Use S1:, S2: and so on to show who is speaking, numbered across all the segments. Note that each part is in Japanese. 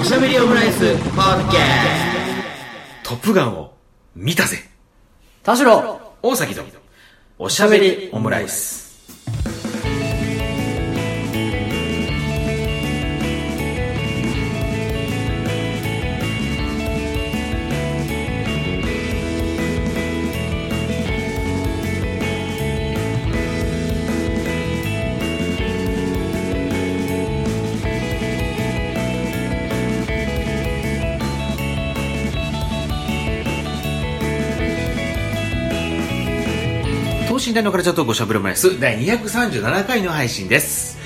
S1: おしゃべりオムライスポッケ
S2: トップガンを見たぜ
S1: 田代
S2: 大崎とおしゃべりオムライス等身大のカルチャートークおしゃべりオムライス第237回の配信です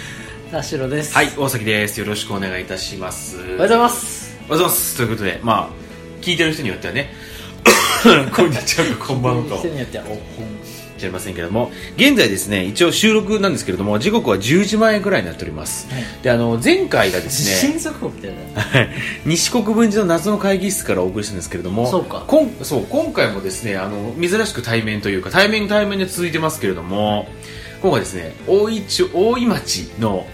S1: 田代です
S2: はい
S1: おはよ
S2: 大崎ですよろしくお願いいたしますおは
S1: うございま
S2: お
S1: す
S2: はようございますということでまあ聞いてる人によっては ねこんにちはこんばんはと
S1: 人によってはおほん
S2: 知りませんけども現在ですね一応収録なんですけれども時刻は10時前ぐらいになっております、
S1: はい
S2: であの前回がですね
S1: 新速報みたいな
S2: はい西国分寺の謎の会議室からお送りしたんですけれども
S1: そうか
S2: こんそう今回もですねあの珍しく対面というか対面対面で続いてますけれども今回ですね大井町大井町の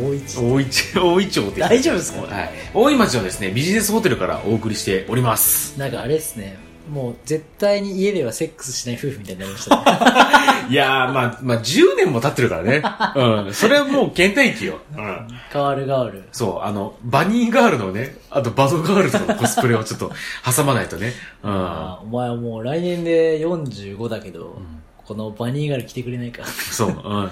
S1: 大一
S2: 大井町大井町って
S1: 大丈夫ですか
S2: はい、大井町のですねビジネスホテルからお送りしております
S1: なんかあれですねもう絶対に家ではセックスしない夫婦みたいになり ましたね
S2: いやー、まあ、まあ、10年も経ってる からね。うん。それはもう倦怠期よ。うん。
S1: 変わる変わる
S2: そう、あの、バニーガールのね、あとバドガールズのコスプレをちょっと挟まないとね。うん。
S1: あお前はもう来年で45だけど、このバニーガール来てくれ ないか
S2: そう、うん。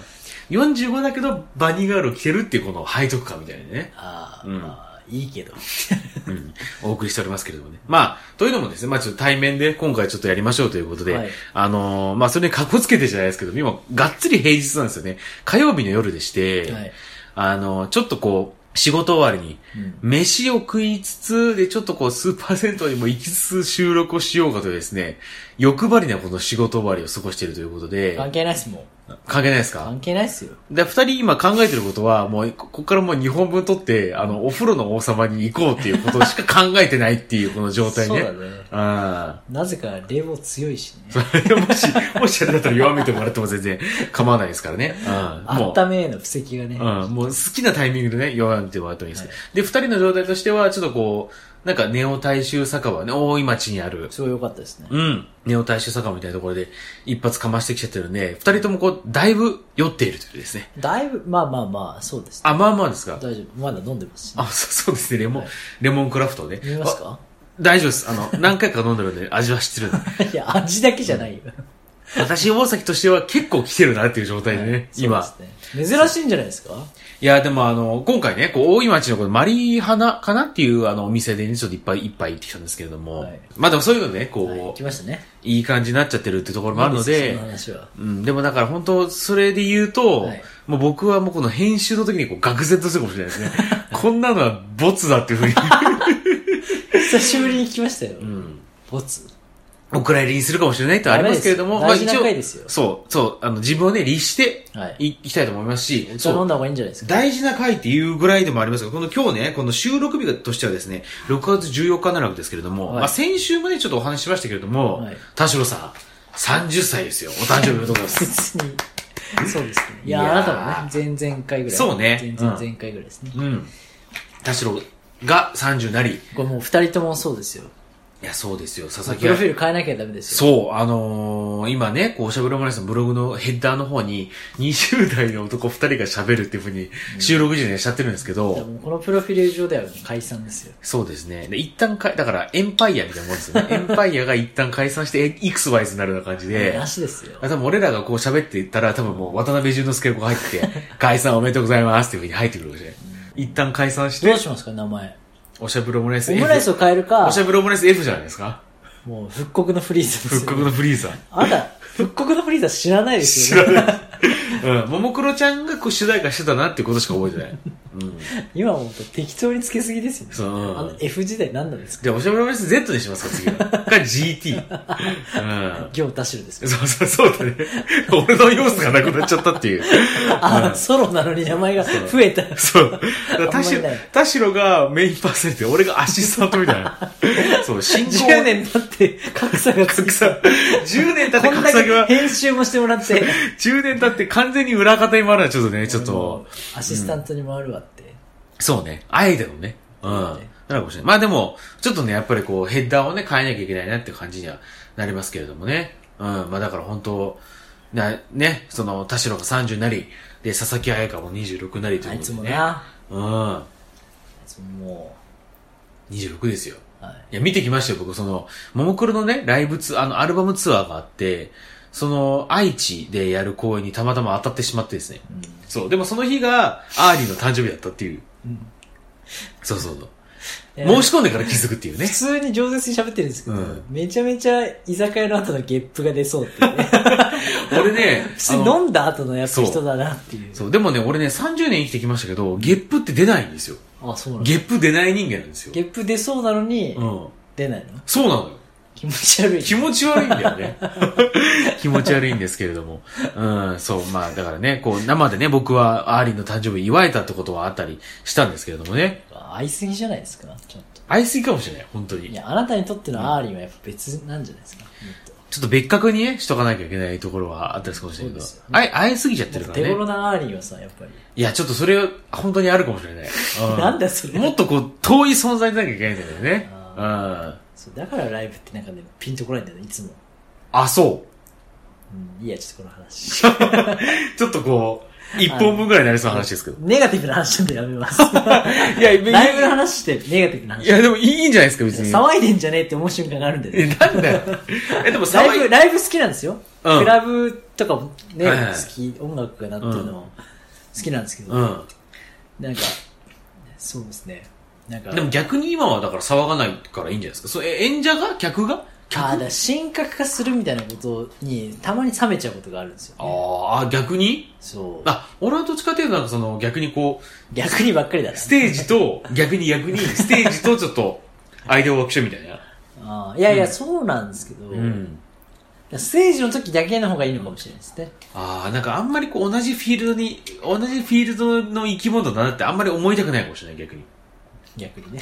S2: 45だけど、バニーガールを着てるっていうこの背徳感みたいなね。
S1: ああ、
S2: うん
S1: まあいいけど
S2: うん。お送りしておりますけれどもね。まあ、というのもですね、まあちょっと対面で今回ちょっとやりましょうということで、
S1: はい
S2: あのーまあそれに格好つけてじゃないですけど、今、がっつり平日なんですよね。火曜日の夜でして、
S1: はい
S2: あのーちょっとこう、仕事終わりに、
S1: うん
S2: 飯を食いつつ、で、ちょっとこう、スーパー銭湯にも行きつつ収録をしようかというですね、欲張りなこの仕事終わりを過ごしているということで、
S1: 関係ないっすもん
S2: 関係ないですか
S1: 関係ないっすよ
S2: で、二人今考えてることは、もう、ここからもう2本分取って、あの、お風呂の王様に行こうっていうことしか考えてないっていう、この状態
S1: そう
S2: ね。
S1: だね
S2: あ
S1: なぜか冷房強 いしね
S2: あ。もし、もしあれだったら弱めてもらっても全然構わないですからね。うん。もう
S1: 温めへの布石がね、
S2: うん、もう好きなタイミングでね、弱めてもらってもいいです。で、二人の状態としては、ちょっとこう、なんかネオ大衆酒場ね、大井町にある、
S1: すごい良かったですね。
S2: うん、ネオ大衆酒場みたいなところで一発かましてきちゃってるんで、二人ともこう、だいぶ酔っているというですね。
S1: だいぶ、まあまあまあ、そうですね。
S2: あ、まあまあですか。
S1: 大丈夫。まだ飲んでますし、ね。
S2: あ、そうそう ですね、レモン、レモンクラフトね。
S1: 飲みます
S2: あ
S1: か
S2: 大丈夫です。あの、何回か飲んでるんで、 味は知ってるんで。
S1: いや、味だけじゃないよ。
S2: 私、大崎としては結構来てるなっていう状態でね、今。
S1: そうですね。珍しいんじゃないですか
S2: いや、でもあの、今回ね、こう、大井町のこのマリーハナかなっていうあの、お店でね、ちょっといっぱいいっぱい行ってきたんですけれども、
S1: はい
S2: まあでもそういうのね、こう、
S1: はい、来ましたね。
S2: い、い感じになっちゃってるってところもあるの
S1: そ
S2: で
S1: の、話は。
S2: うん、でもだから本当、それで言うと、
S1: はい
S2: もう僕はもうこの編集の時にこう、愕然とするかもしれないですね。 こんなのはボツだっていうふうに、
S1: 久しぶりに来ましたよ。
S2: うん、
S1: ボツ。
S2: お蔵入りにするかもしれないとはありますけれども、
S1: ダメです
S2: まあ
S1: 大事な回ですよ
S2: そう、そう、あの、自分をね、律して
S1: はい。
S2: いきたいと思いますし、
S1: 一
S2: そう
S1: 応飲んだ方がいいんじゃないですか
S2: 大事な回っていうぐらいでもありますが、この今日ね、この収録日としてはですね、6月14日になるわけですけれども、
S1: はい
S2: まあ先週もね、ちょっとお話ししましたけれども、
S1: はい
S2: 田代さん、30歳ですよ。お誕生日おめでとうございま す。
S1: 別に。そうですね。い
S2: い
S1: や、
S2: や
S1: あ
S2: ー
S1: なたもね、前々回ぐらい。
S2: そうね
S1: 前々
S2: うん
S1: 前回ぐらいですね。
S2: うん。田代が30なり、
S1: これもう二人ともそうですよ。
S2: いや、そうですよ、佐々木
S1: プロ
S2: が
S1: フ。ィール変えなきゃダメですよ。
S2: そう、あのー今ね、こう、おしゃべりオムライスのブログのヘッダーの方に、20代の男2人が喋るっていうふうに、収録時におっしゃってるんですけど、
S1: だからもうこのプロフィール上では解散ですよ。
S2: そうですね。で、一旦か、だから、エンパイアみたいなもんです よね。エンパイアが一旦解散して、え XYZ になるような感じで
S1: な。しですよ。
S2: あ多分俺らがこう喋っていったら、多分もう渡辺淳之介がこう入っ てきて、解散おめでとうございますっていう風に入ってくるわけじゃない。一旦解散し
S1: どう
S2: て、
S1: しますか、名前。
S2: おしゃぶりオムライス
S1: オ
S2: F。
S1: ムライスを変えるか
S2: おし、ゃぶりオムライス F じゃないですか。
S1: もう復刻のフリーザです
S2: 復
S1: よ。
S2: 刻のフリーザ。
S1: あなた、復刻のフリーザ知らないです
S2: 知
S1: よね。
S2: らない。うん。ももクロちゃんがこう主題歌してたなっていうことしか覚えてない。うん。
S1: 今思うと適当につけすぎですよね。
S2: そううん
S1: あの F 時代何なんですか
S2: じゃあ、おしゃぶりオムライス Z にしますか、次は。 か GT。うん。
S1: 行田汁ですよ。
S2: そうそう、そうだね。俺の要素がなくなっちゃったっていう。
S1: あ、ソロなのに名前が増えた。
S2: そう。だから田
S1: あんま
S2: 代
S1: りない、
S2: 田代がメインパーソナリティで、俺がアシスタントみたいな。そう、進行。
S1: 10年経って格差がつ
S2: 格
S1: き
S2: 差。10年経って
S1: こん
S2: 格
S1: だ
S2: 差
S1: け
S2: が、
S1: 編集もしてもらって。
S2: 10年経って完全に裏方に回るのはちょっとね、ちょっ
S1: も
S2: と
S1: う、アシスタントに回るわって。
S2: そうね、あえてのね、うん。なるかもしれない。まあでも、ちょっとね、やっぱりこう、ヘッダーをね、変えなきゃいけないなって感じにはなりますけれどもね。うん。まあだから本当、な、ね、その、田代が30なり、で、佐々木彩香も26なりと
S1: あ
S2: いう
S1: い
S2: こ
S1: つ
S2: とで
S1: も
S2: ね。
S1: な、あ
S2: うん。
S1: いつもも
S2: 26ですよ。
S1: う、はい。
S2: いや、見てきましたよ、僕、その、ももクロのね、ライブツアー、あの、アルバムツアーがあって、その、愛知でやる公演にたまたま当たってしまってですね。
S1: うん
S2: そう。でもその日が、アーリーの誕生日だったっていう。
S1: うん
S2: そうそうそう。
S1: えー
S2: 申し込んでから気づくっていうね
S1: 普。通に饒舌に喋ってるんですけど、
S2: うん
S1: めちゃめちゃ居酒屋の後のゲップが出そうってい うね。
S2: 俺ね、
S1: 普通に
S2: あの
S1: 飲んだ後のやつ人だなっていう。
S2: そう、でもね、俺ね、30年生きてきましたけど、ゲップって出ないんですよ。
S1: あ、そうなんだ。
S2: ゲップ出ない人間なんですよ。
S1: ゲップ出そうなのに、
S2: うん。
S1: 出ないの
S2: そうなのよ。
S1: 気持ち悪い。
S2: 気持ち悪いんだよ ね。気持ち悪いんですけれども。うん、そう、まあ、だからね、こう、生でね、僕はアーリンの誕生日祝えたってことはあったりしたんですけれどもね。
S1: 合いすぎじゃないですか、ちょっと。
S2: 愛すぎかもしれない、本当
S1: い
S2: に。
S1: や、あなたにとってのアーリンはやっぱ別なんじゃないですか。もっと
S2: ちょっと別格にね、しとかなきゃいけないところはあったりするかもしれないけど
S1: そうですよ。ね
S2: あい、会いすぎちゃってる
S1: もっ
S2: か
S1: と
S2: ら
S1: 手
S2: ね。
S1: 頃なアーリンはさ、やっぱり。
S2: いや、ちょっとそれ、本当にあるかもしれない。う
S1: なんだよそれ
S2: もっとこう、遠い存在でなきゃいけないんだよね。うん。
S1: そうだからライブってなんかね、ピンとこないんだよね、いつも。
S2: あ、そう。
S1: うん、いいや、ちょっとこの話。
S2: ちょっとこう、一本分ぐらいになりそうな話ですけど。
S1: ネガティブな話なんでやめま す。
S2: いや、別に
S1: ライブの話してネガティブな話
S2: い。や、でもいいんじゃないですか、別に。
S1: 騒いでんじゃねえって思う瞬間があるんだよ
S2: え、
S1: ね。
S2: なんだよ。 え、でも
S1: ライ
S2: 騒
S1: ブ、
S2: い、
S1: ライブ好きなんですよ。
S2: うん
S1: クラブとかもね、
S2: はいはい
S1: 好き、音楽が鳴ってるのも好きなんですけど、
S2: うん。
S1: なんか、そうですね。なんか、
S2: でも逆に今はだから騒がないからいいんじゃないですか。そう、え、演者が客が客
S1: あーだから神格化するみたいなことにたまに冷めちゃうことがあるんですよ、ね。
S2: あーあ、逆に
S1: そう。
S2: あ、俺はどっちかっていうとなんかその逆にこう、
S1: 逆にばっかりだな
S2: ス。テージと、逆に逆に、ステージとちょ っと、間を湧きしょみたいな。
S1: あーいやいや、
S2: うん
S1: そうなんですけど、
S2: うん。
S1: ステージの時だけの方がいいのかもしれないですね。
S2: ああ、なんかあんまりこう同じフィールドに、同じフィールドの生き物だなってあんまり思いたくないかもしれない、逆に。
S1: 逆にね。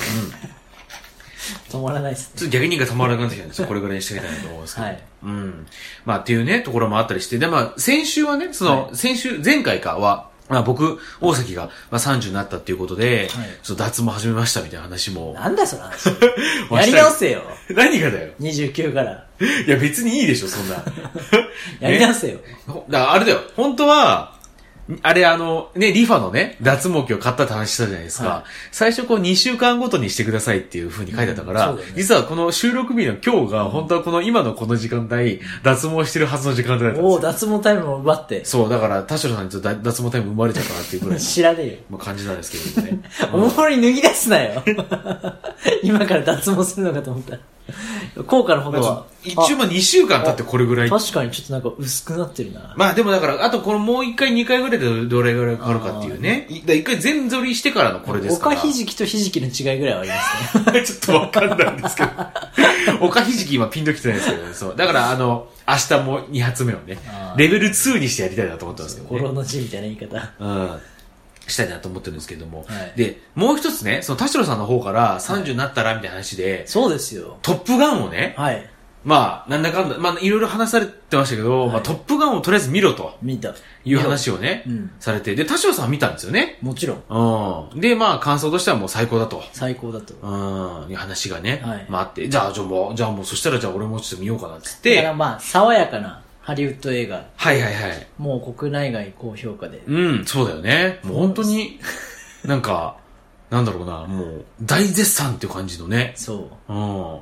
S1: 止まらないですね。
S2: ちょっと逆にがたまらなくなってきたんですよ。これぐらいにしてあげたいなと思うんですけど。
S1: はい
S2: うん。まあっていうね、ところもあったりして。で、まあ先週はね、その、先週、前回かは、まあ僕、大崎が、まあ30になったっていうことで、
S1: はい
S2: ちょっと脱毛始めましたみたいな話も。
S1: なんだその 話。やり直せよ。
S2: 何がだよ。
S1: 29から。
S2: いや別にいいでしょ、そんな。
S1: やり直せよ。
S2: ほだからあれだよ、本当は、あれあの、ね、リファのね、脱毛器を買ったって話したじゃないですか。
S1: はい
S2: 最初こう2週間ごとにしてくださいっていう風に書いてあったから、
S1: うんそうだよね
S2: 実はこの収録日の今日が、本当はこの今のこの時間帯、脱毛してるはずの時間帯だったんです
S1: おお、
S2: よ。
S1: 脱毛タイムも奪って。
S2: そう、だから田代さんにちょっと脱毛タイム生まれちゃったなっていう ぐらい
S1: 知らねえよ。
S2: の感じなんですけれどもね。
S1: おもろに脱ぎ出すなよ。 今から脱毛するのかと思ったら。効果のほどは。
S2: 一応まあ2週間経ってこれぐら
S1: あ
S2: い。
S1: 確かにちょっとなんか薄くなってるな。
S2: まあでもだから、あとこのもう1回2回ぐらいでどれぐらいかかるかっていうね。いだから一回全剃りしてからのこれですから。
S1: おかひじきとひじきの違いぐらいはあります ね。
S2: ちょっとわかんないんです けど。おかひじき今ピンときてないですけどね。そう。だからあの、明日も2発目をね
S1: あ、ー
S2: レベル2にしてやりたいなと思ってます けど、
S1: コ
S2: ね。
S1: ロの字みたいな言い方。
S2: うん。したいなと思ってるんですけども。
S1: はい
S2: で、もう一つね、その田代さんの方から30になったらみたいな話で、
S1: そうですよ。
S2: トップガンをね、
S1: はい。
S2: まあ、なんだかんだ、まあ、いろいろ話されてましたけど、
S1: はい
S2: まあ、トップガンをとりあえず見ろと
S1: 見た。
S2: いう話をね、
S1: うん
S2: されて、で、田代さんは見たんですよね。
S1: もちろん、
S2: うん。で、まあ、感想としてはもう最高だと。
S1: 最高だと。
S2: うん、いう話がね、
S1: はい
S2: まああって、じゃあ、じゃあもう、じゃあもう、そしたらじゃあ俺もちょっと見ようかなって言
S1: だ
S2: って、
S1: からまあ、爽やかなハリウッド映画。
S2: はいはいはい。
S1: もう国内外高評価で。
S2: うん、そうだよね。もう本当に、なんか、なんだろうな、もう、大絶賛っていう感じのね。
S1: そう。
S2: うん。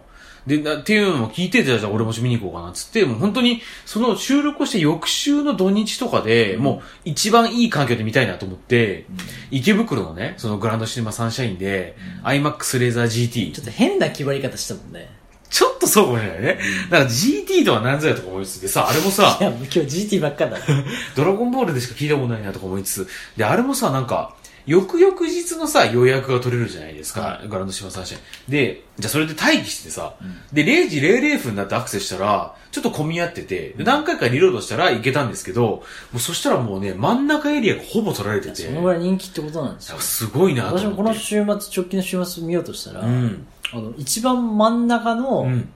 S2: で、なっていうのも聞いてて、じゃあ俺も見に行こうかなっつって、もう本当に、その収録をして翌週の土日とかで、もう一番いい環境で見たいなと思って、池袋のね、そのグランドシネマサンシャインで、IMAX レーザー GT
S1: ちょ。っと変な決まり方したもんね。
S2: ちょっとそうかもしれないね。だから GT とは何ぞやとか思いつつでさ、あれもさ
S1: い、や、もう今日 GT ばっかだな。
S2: ドラゴンボールでしか聞いたことないなとか思いつつ、で、あれもさ、なんか、翌々日のさ、予約が取れるじゃないですか、
S1: は
S2: ガランドシマサンシャイン。で、じゃあそれで待機してさ、で、0時00分になってアクセスしたら、ちょっと混み合ってて、で何回かリロードしたらいけたんですけど、もうそしたらもうね、真ん中エリアがほぼ取られてて
S1: そ、のぐらい人気ってことなんですよ。
S2: すごいなと思っ
S1: 私
S2: て。
S1: もこの週末、直近の週末見ようとしたら、
S2: うん。
S1: あの、一番真ん中の、
S2: うん。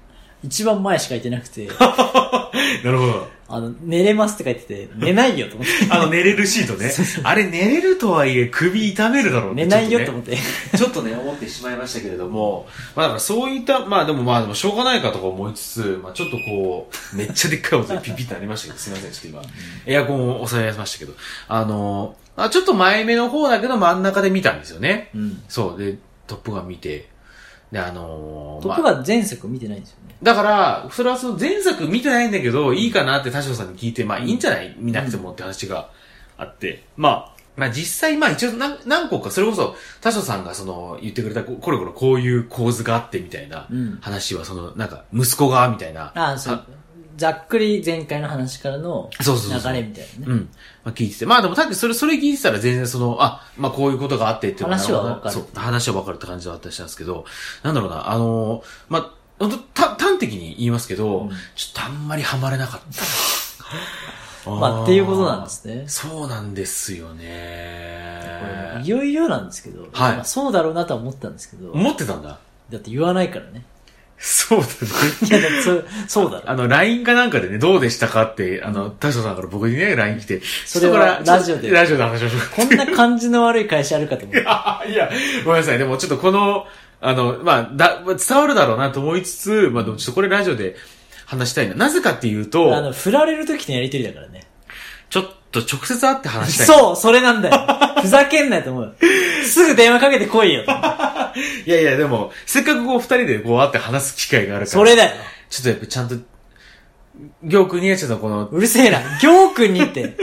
S1: 一番前しか行ってなくて、
S2: なるほど。
S1: あの、寝れますって書いてて、寝ないよと 思って。
S2: あの、寝れるシートね。あれ、寝れるとはいえ、首痛めるだろう
S1: 寝ないよと思
S2: っ
S1: ってて。
S2: ちょっとね。ちょっとね、思ってしまいましたけれども、まあだからそういった、まあでもまあでもしょうがないかとか思いつつ、まあちょっとこう、めっちゃでっかい音でピピってなりましたけど、すいません、ちょっと今、エアコンを抑えましたけど、あの、あちょっと前目の方だけど真ん中で見たんですよね。
S1: うん。
S2: そう、で、トップガン見て、で、あのー
S1: トップ
S2: まあ、
S1: が前作見てないんですよね。
S2: だから、それはその前作見てないんだけど、いいかなって田代さんに聞いて、まあいいんじゃない見なくてもって話があって、まあ、まあ実際、まあ一応何何個か、それこそ田代さんがその言ってくれた、ここれこれこういう構図があってみたいな
S1: うん
S2: 話は、そのなんか息子がみたいな、
S1: ああ、そう。ざっくり前回の話からの
S2: そうそうそう
S1: 流れみたいなね。
S2: うん。まあ聞いてて。まあでも、たってそれ、それ聞いてたら全然その、あ、まあこういうことがあってっていうの
S1: 話はわかる
S2: そう、話はわかるって感じだったりしたんですけど、なんだろうな、あのーまあ、本当た端的に言いますけど、
S1: うん
S2: ちょっとあんまりハマれなかった。
S1: まあ、っていうことなんで。すね。
S2: そうなんですよ
S1: これ
S2: ね
S1: い。よいよなんですけど、
S2: はい
S1: まあそうだろうなとは思ったんですけど、
S2: 思ってたんだ。
S1: だって言わないからね。
S2: そうだね。
S1: いや、だってそうそうだろ
S2: あ
S1: う。
S2: の、LINE かなんかでね、どうでしたかって、あの、田代さんから僕にね、LINE 来て、
S1: それは
S2: ちょっと
S1: ラジオで
S2: ラジオで話しましょう。
S1: こんな感じの悪い会社あるかと思って。
S2: あ いや、ごめんなさい。でもちょっとこの、あの、まあ、だ、まあ伝わるだろうなと思いつつ、まあ、でもちょっとこれラジオで話したいな。なぜかっていう
S1: あの、
S2: と、
S1: 振られる時のやりとりだからね。
S2: ちょっと直接会って話したい。う
S1: そう、それなんだよ。ふざけんなよと思 うよ。すぐ電話かけてこいよと思う。
S2: いやいや、でも、せっかくこう二人でこう会って話す機会があるから。
S1: それだよ。
S2: ちょっとやっぱちゃんと、行君にはちょっとこの、
S1: うるせえな。行君にって。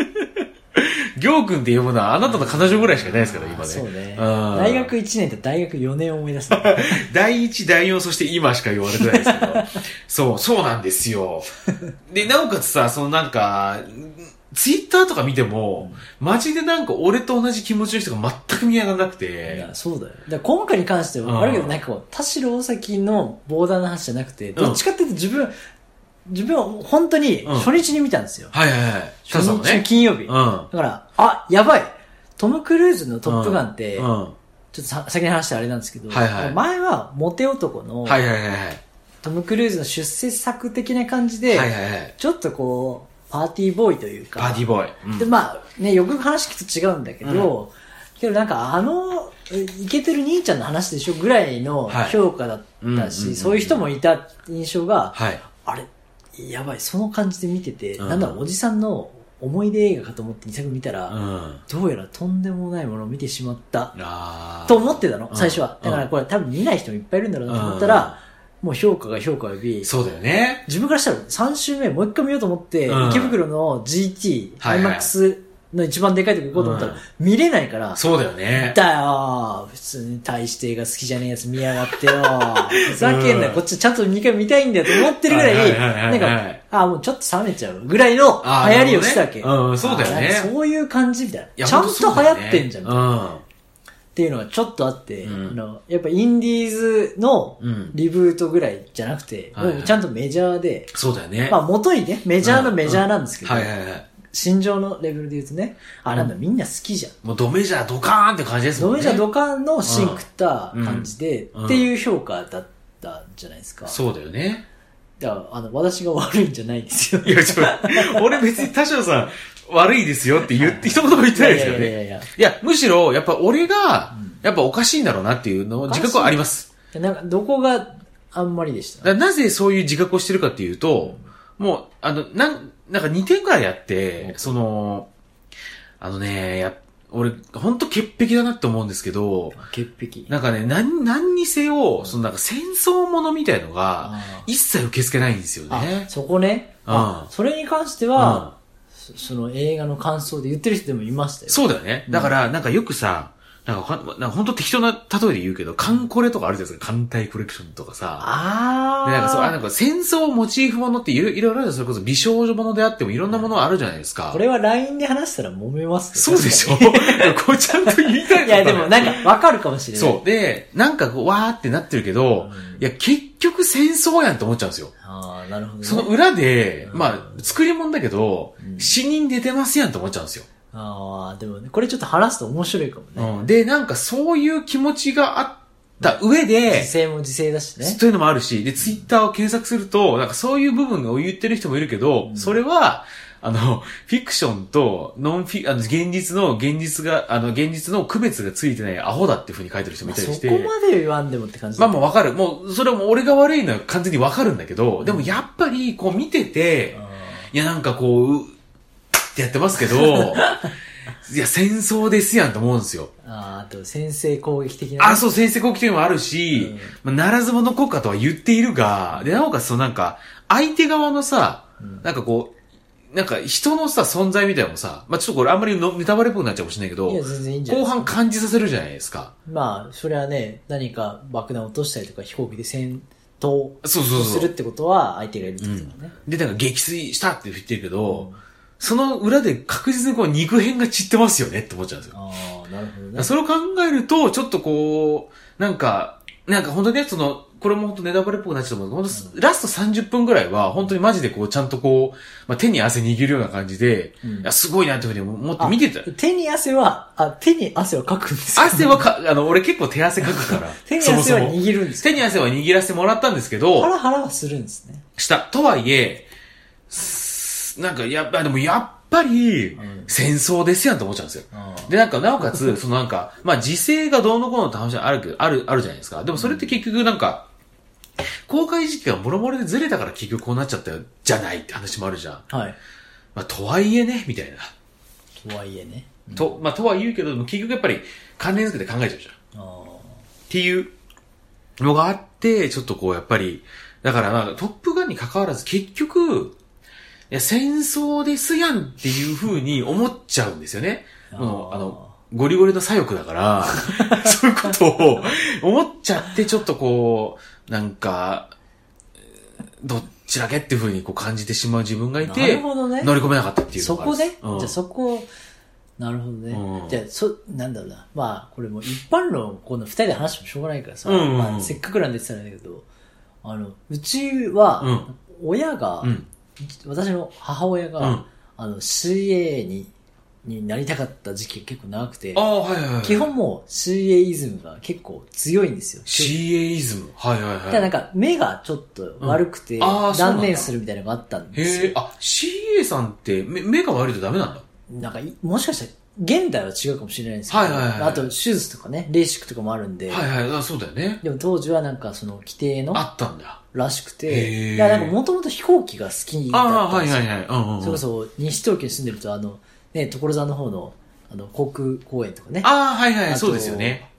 S2: 行君って呼ぶのはあなたの彼女ぐらいしかいないですから、 今ね。
S1: そうね。
S2: うん
S1: 大学1年と大学4年を思い 出すね。
S2: 第一、第四、そして今しか言われてないですけど。そう、そうなんです よ。で、なおかつさ、そのなんか、ツイッターとか見ても、マジでなんか俺と同じ気持ちの人が全く見上がらなく
S1: い
S2: て、
S1: や、そうだよ。だから今回に関して
S2: うん
S1: は、あるけど、なんかこう、田代大崎のボーダーの話じゃなくて、どっちかっていうと自分、自分は本当に
S2: うん
S1: 初日に見たんですよ。
S2: はいはいはい。
S1: 初日
S2: さん
S1: の
S2: もね。
S1: 金曜日。
S2: う
S1: だ
S2: ん。
S1: から、あ、やばい。トム・クルーズのトップガンって、
S2: うん。
S1: ちょっ
S2: は
S1: とさ先に話したあれなんですけど、
S2: はいはい
S1: 前はモテ男の
S2: いはいはいはい。
S1: トム・クルーズの出世作的な感じで、
S2: はいはいはい。
S1: ちょっとこう、パーティーボーイというか、
S2: パーティーボーイ。うん
S1: で、まあ、ね、よく話聞くと違うんだけど、けどなんかあの、えイケてる兄ちゃんの話でしょぐらいの
S2: はい
S1: 評価だった
S2: うんうんうん
S1: し、そういう人もいた印象が、
S2: はい。
S1: あれ、やばい、その感じで見てて、
S2: うん
S1: なんだろう、おじさんの思い出映画かと思って2作見たら、
S2: うん。
S1: どうやらとんでもないものを見てしまった、
S2: あー
S1: と思ってたの、最初は。だか
S2: う
S1: ら
S2: ん
S1: これ多分見ない人もいっぱいいるんだろうなと思ったら、もう評価が評価を呼び、
S2: そうだよね。
S1: 自分からしたら3周目もう一回見ようと思って、
S2: うん
S1: 池袋の GT、
S2: はいはい
S1: IMAX の一番でかいとこ行こうと思ったら、
S2: うん
S1: 見れないから、
S2: そうだよね。
S1: だよー普通に大してが好きじゃねえやつ見やがってよーふざけんなよ、
S2: うん
S1: こっちちゃんと2回見たいんだよと思ってるぐら
S2: はい
S1: い、
S2: はいはい
S1: な
S2: はい
S1: んか、あーもうちょっと冷めちゃうぐらいの流
S2: あー
S1: 行りをしてたわけ。
S2: なるほどねうんそうだよね
S1: あーなんかそういう感じみたいな。
S2: いや
S1: ちゃん
S2: ほそう
S1: と
S2: だ
S1: 流
S2: よ
S1: 行
S2: ね
S1: ってんじゃん、
S2: う
S1: っ
S2: ん。
S1: ていうのがちょっとあって、
S2: うん
S1: あのやっぱインディーズの
S2: うん
S1: リブートぐらいじゃなくて、
S2: はいはい
S1: もうちゃんとメジャーで、
S2: そうだよね。
S1: まあ、元にね、メジャーのメジャーなんですけど、
S2: はいはいはい。
S1: 心情のレベルで言うとね、あ、なんだ、みんな好きじゃん。
S2: もうドメジャードカーンって感じですも
S1: ド
S2: んね。
S1: メジャードカンのシンクった感じで、
S2: うんうん
S1: っていう評価だったんじゃないですか。
S2: そうだよね。
S1: だから、あの、私が悪いんじゃないですよ。
S2: いや、ちょ、俺別に田代さん悪いですよって言って、一言も言ってないですよ
S1: いや
S2: ね。
S1: いやい
S2: いや、むしろ、やっぱ俺が、やっぱおかしいんだろうなっていうのを自覚はあります。
S1: や。なんか、どこがあんまりでし
S2: だ
S1: た
S2: からなぜそういう自覚をしてるかっていうと、もう、あの、なん、なんか2点ぐらいあって、その、あのね、や、俺、ほんと潔癖だなって思うんですけど、
S1: 潔癖。
S2: なんかね、なん、なんにせよ、そのなんか戦争ものみたいのが、
S1: あ
S2: 一切受け付けないんですよ
S1: ー
S2: ね
S1: あ。そこね。あ
S2: うん
S1: それに関して
S2: うん
S1: は、そその映画の感想で言ってる人でもいましたよ。
S2: そうだよね。だから、なんかよくさ、なんかわかん、なんかほんと適当な例えで言うけど、カンコレとかあるじゃないですか、艦隊コレクションとかさ。
S1: あ
S2: で、な
S1: あ。
S2: んかそう、あなんか戦争モチーフものっていろいろいろあるじゃんそれこそ美少女ものであってもいろんなものあるじゃないですか。
S1: これは LINE で話したら揉めますね
S2: そうで しょこうちゃんと言いたい
S1: いや、でもなん
S2: か
S1: かわかるかもしれない。
S2: そう。で、なんかこう、わーってなってるけど、
S1: うん
S2: いや、結局戦争やんって思っちゃうんですよ。
S1: ああ、なるほど、ね。
S2: その裏で、
S1: うん
S2: まあ、作り物だけど、
S1: うん
S2: 死人出てますやんって思っちゃうんですよ。
S1: ああ、でもね、これちょっと話すと面白いかもね。
S2: うん、で、なんかそういう気持ちがあった上で
S1: 時、勢も時勢だしね。
S2: というのもあるし、で、ツイッターを検索すると、なんかそういう部分を言ってる人もいるけど、
S1: うん
S2: それは、あの、フィクションと、ノンフィ、あの、現実の、現実が、あの、現実の区別がついてないアホだっていう風に書いてる人も
S1: ま
S2: い
S1: あ
S2: た
S1: そ
S2: り
S1: こ
S2: して。
S1: まで言わんでもって感じ
S2: ま
S1: だ
S2: あもうわかる。もう、それはもう俺が悪いのは完全にわかるんだけど、でもやっぱり、こう見てて、いやなんかこう、うってやってますけ ど、いや戦争ですやんと思うんですよ。
S1: あーあと、先制攻撃的な。
S2: あ、そう、先制攻撃というのもあるし、まあ、ならず者国家とは言っているが、で、なおかつそのなんか、相手側のさ、
S1: うん
S2: なんかこう、なんか人のさ、存在みたいなのもさ、まあちょっとこれあんまりのネタバレっぽくなっちゃうかもしれないけど
S1: いや、、全然いいんじゃない
S2: 後
S1: ですか
S2: 半感じさせるじゃないですか。
S1: まあ、それはね、何か爆弾落としたりとか飛行機で戦闘
S2: そうそう
S1: す
S2: そ
S1: るっ
S2: う。
S1: てことは相手がいるってことだね。
S2: で、なんか撃墜したって言ってるけど、その裏で確実にこう肉片が散ってますよねって思っちゃうんですよ。
S1: ああ、なるほど
S2: だから
S1: ね。
S2: それを考えると、ちょっとこう、なんか、なんか本当にね、その、これも本当ネタバレっぽくなっちゃうと思うんですけど、本当ラスト30分ぐらいは、本当にマジでこう、ちゃんとこう、まあ、手に汗握るような感じで、
S1: うん
S2: いやすごいなっていうふうに思って見てた。
S1: 手に汗は、あ、手に汗はかくんですよ。
S2: 汗はか、あの、俺結構手汗かくから。
S1: 手に汗は
S2: そもそも
S1: 握るんです
S2: 手に
S1: 汗。
S2: 汗は握らせてもらったんですけ
S1: ハ
S2: ど、
S1: ラハラはするんですね。
S2: した。とはいえ、すなんか、やっぱ、でもやっぱり
S1: ん、
S2: 戦争ですやんと思っちゃうんですよ。
S1: あ
S2: で、なんか、なおかつ、そのなんか、まあ、時勢がどうのこうのって話はあるけど、ある、あるじゃないですか。でもそれって結局なんか、公開時期がボロボロでずれたから結局こうなっちゃったよ、じゃないって話もあるじゃん。
S1: あはい。
S2: まあ、とはいえね、みたいな。
S1: とはいえね。
S2: と、まあ、とは言うけど、でも結局やっぱり関連づけて考えちゃうじゃん。っ
S1: あ
S2: ていうのがあって、ちょっとこう、やっぱり、だからなんか、トップガンに関わらず結局、いや、戦争ですやんっていう風に思っちゃうんですよね。
S1: あ
S2: この、あの、ゴリゴリの左翼だ から、そういうことを思っちゃって、ちょっとこう、なんか、どっちだけっていう風にこう感じてしまう自分がい
S1: なる
S2: て、
S1: ほどね。
S2: 乗り込めなかったっていうの
S1: そ
S2: がある
S1: こ
S2: んで
S1: ですじゃあそこ、なるほどね
S2: う。ん
S1: じゃあ、そ、なんだろうな。まあ、これもう一般論、この二人で話してもしょうがないからさ、
S2: うんうんうん
S1: まあせっかくなんで言ってたんだけど、あの、うちは、親が、
S2: うん。うん。
S1: 私の母親が、
S2: うん
S1: あの、CA に、になりたかった時期が結構長くて
S2: あ、あ、はいはいはい。
S1: 基本もう CA イズムが結構強いんですよ。
S2: CA イズム。はいはい
S1: だから
S2: は
S1: ないん。か目がちょっと悪くて、
S2: うんあーそうなん
S1: 断
S2: だ
S1: 念するみたいなのがあったんです
S2: へえ、。
S1: よ
S2: あ、CA さんって目目が悪いとダメなんだ。
S1: なんかい、もしかしたら、現代は違うかもしれないんですけど、
S2: はいはいはい
S1: あと手術とかね、レーシックとかもあるんで、
S2: はいはい、あそうだよね。
S1: でも当時はなんかその規定の
S2: あったんだ。
S1: らしく
S2: へ
S1: て、
S2: ー
S1: いやなんかもともと飛行機が好きだ
S2: あ
S1: っ
S2: あ、
S1: たん
S2: は
S1: で
S2: い
S1: すよ。
S2: はいはい。うんうんうん。
S1: それこそ西東京に住んでると、あの、ね、所沢の方の、あの、航空公園とかね、
S2: ああ、はいは
S1: あ
S2: い、
S1: と
S2: そうですよね。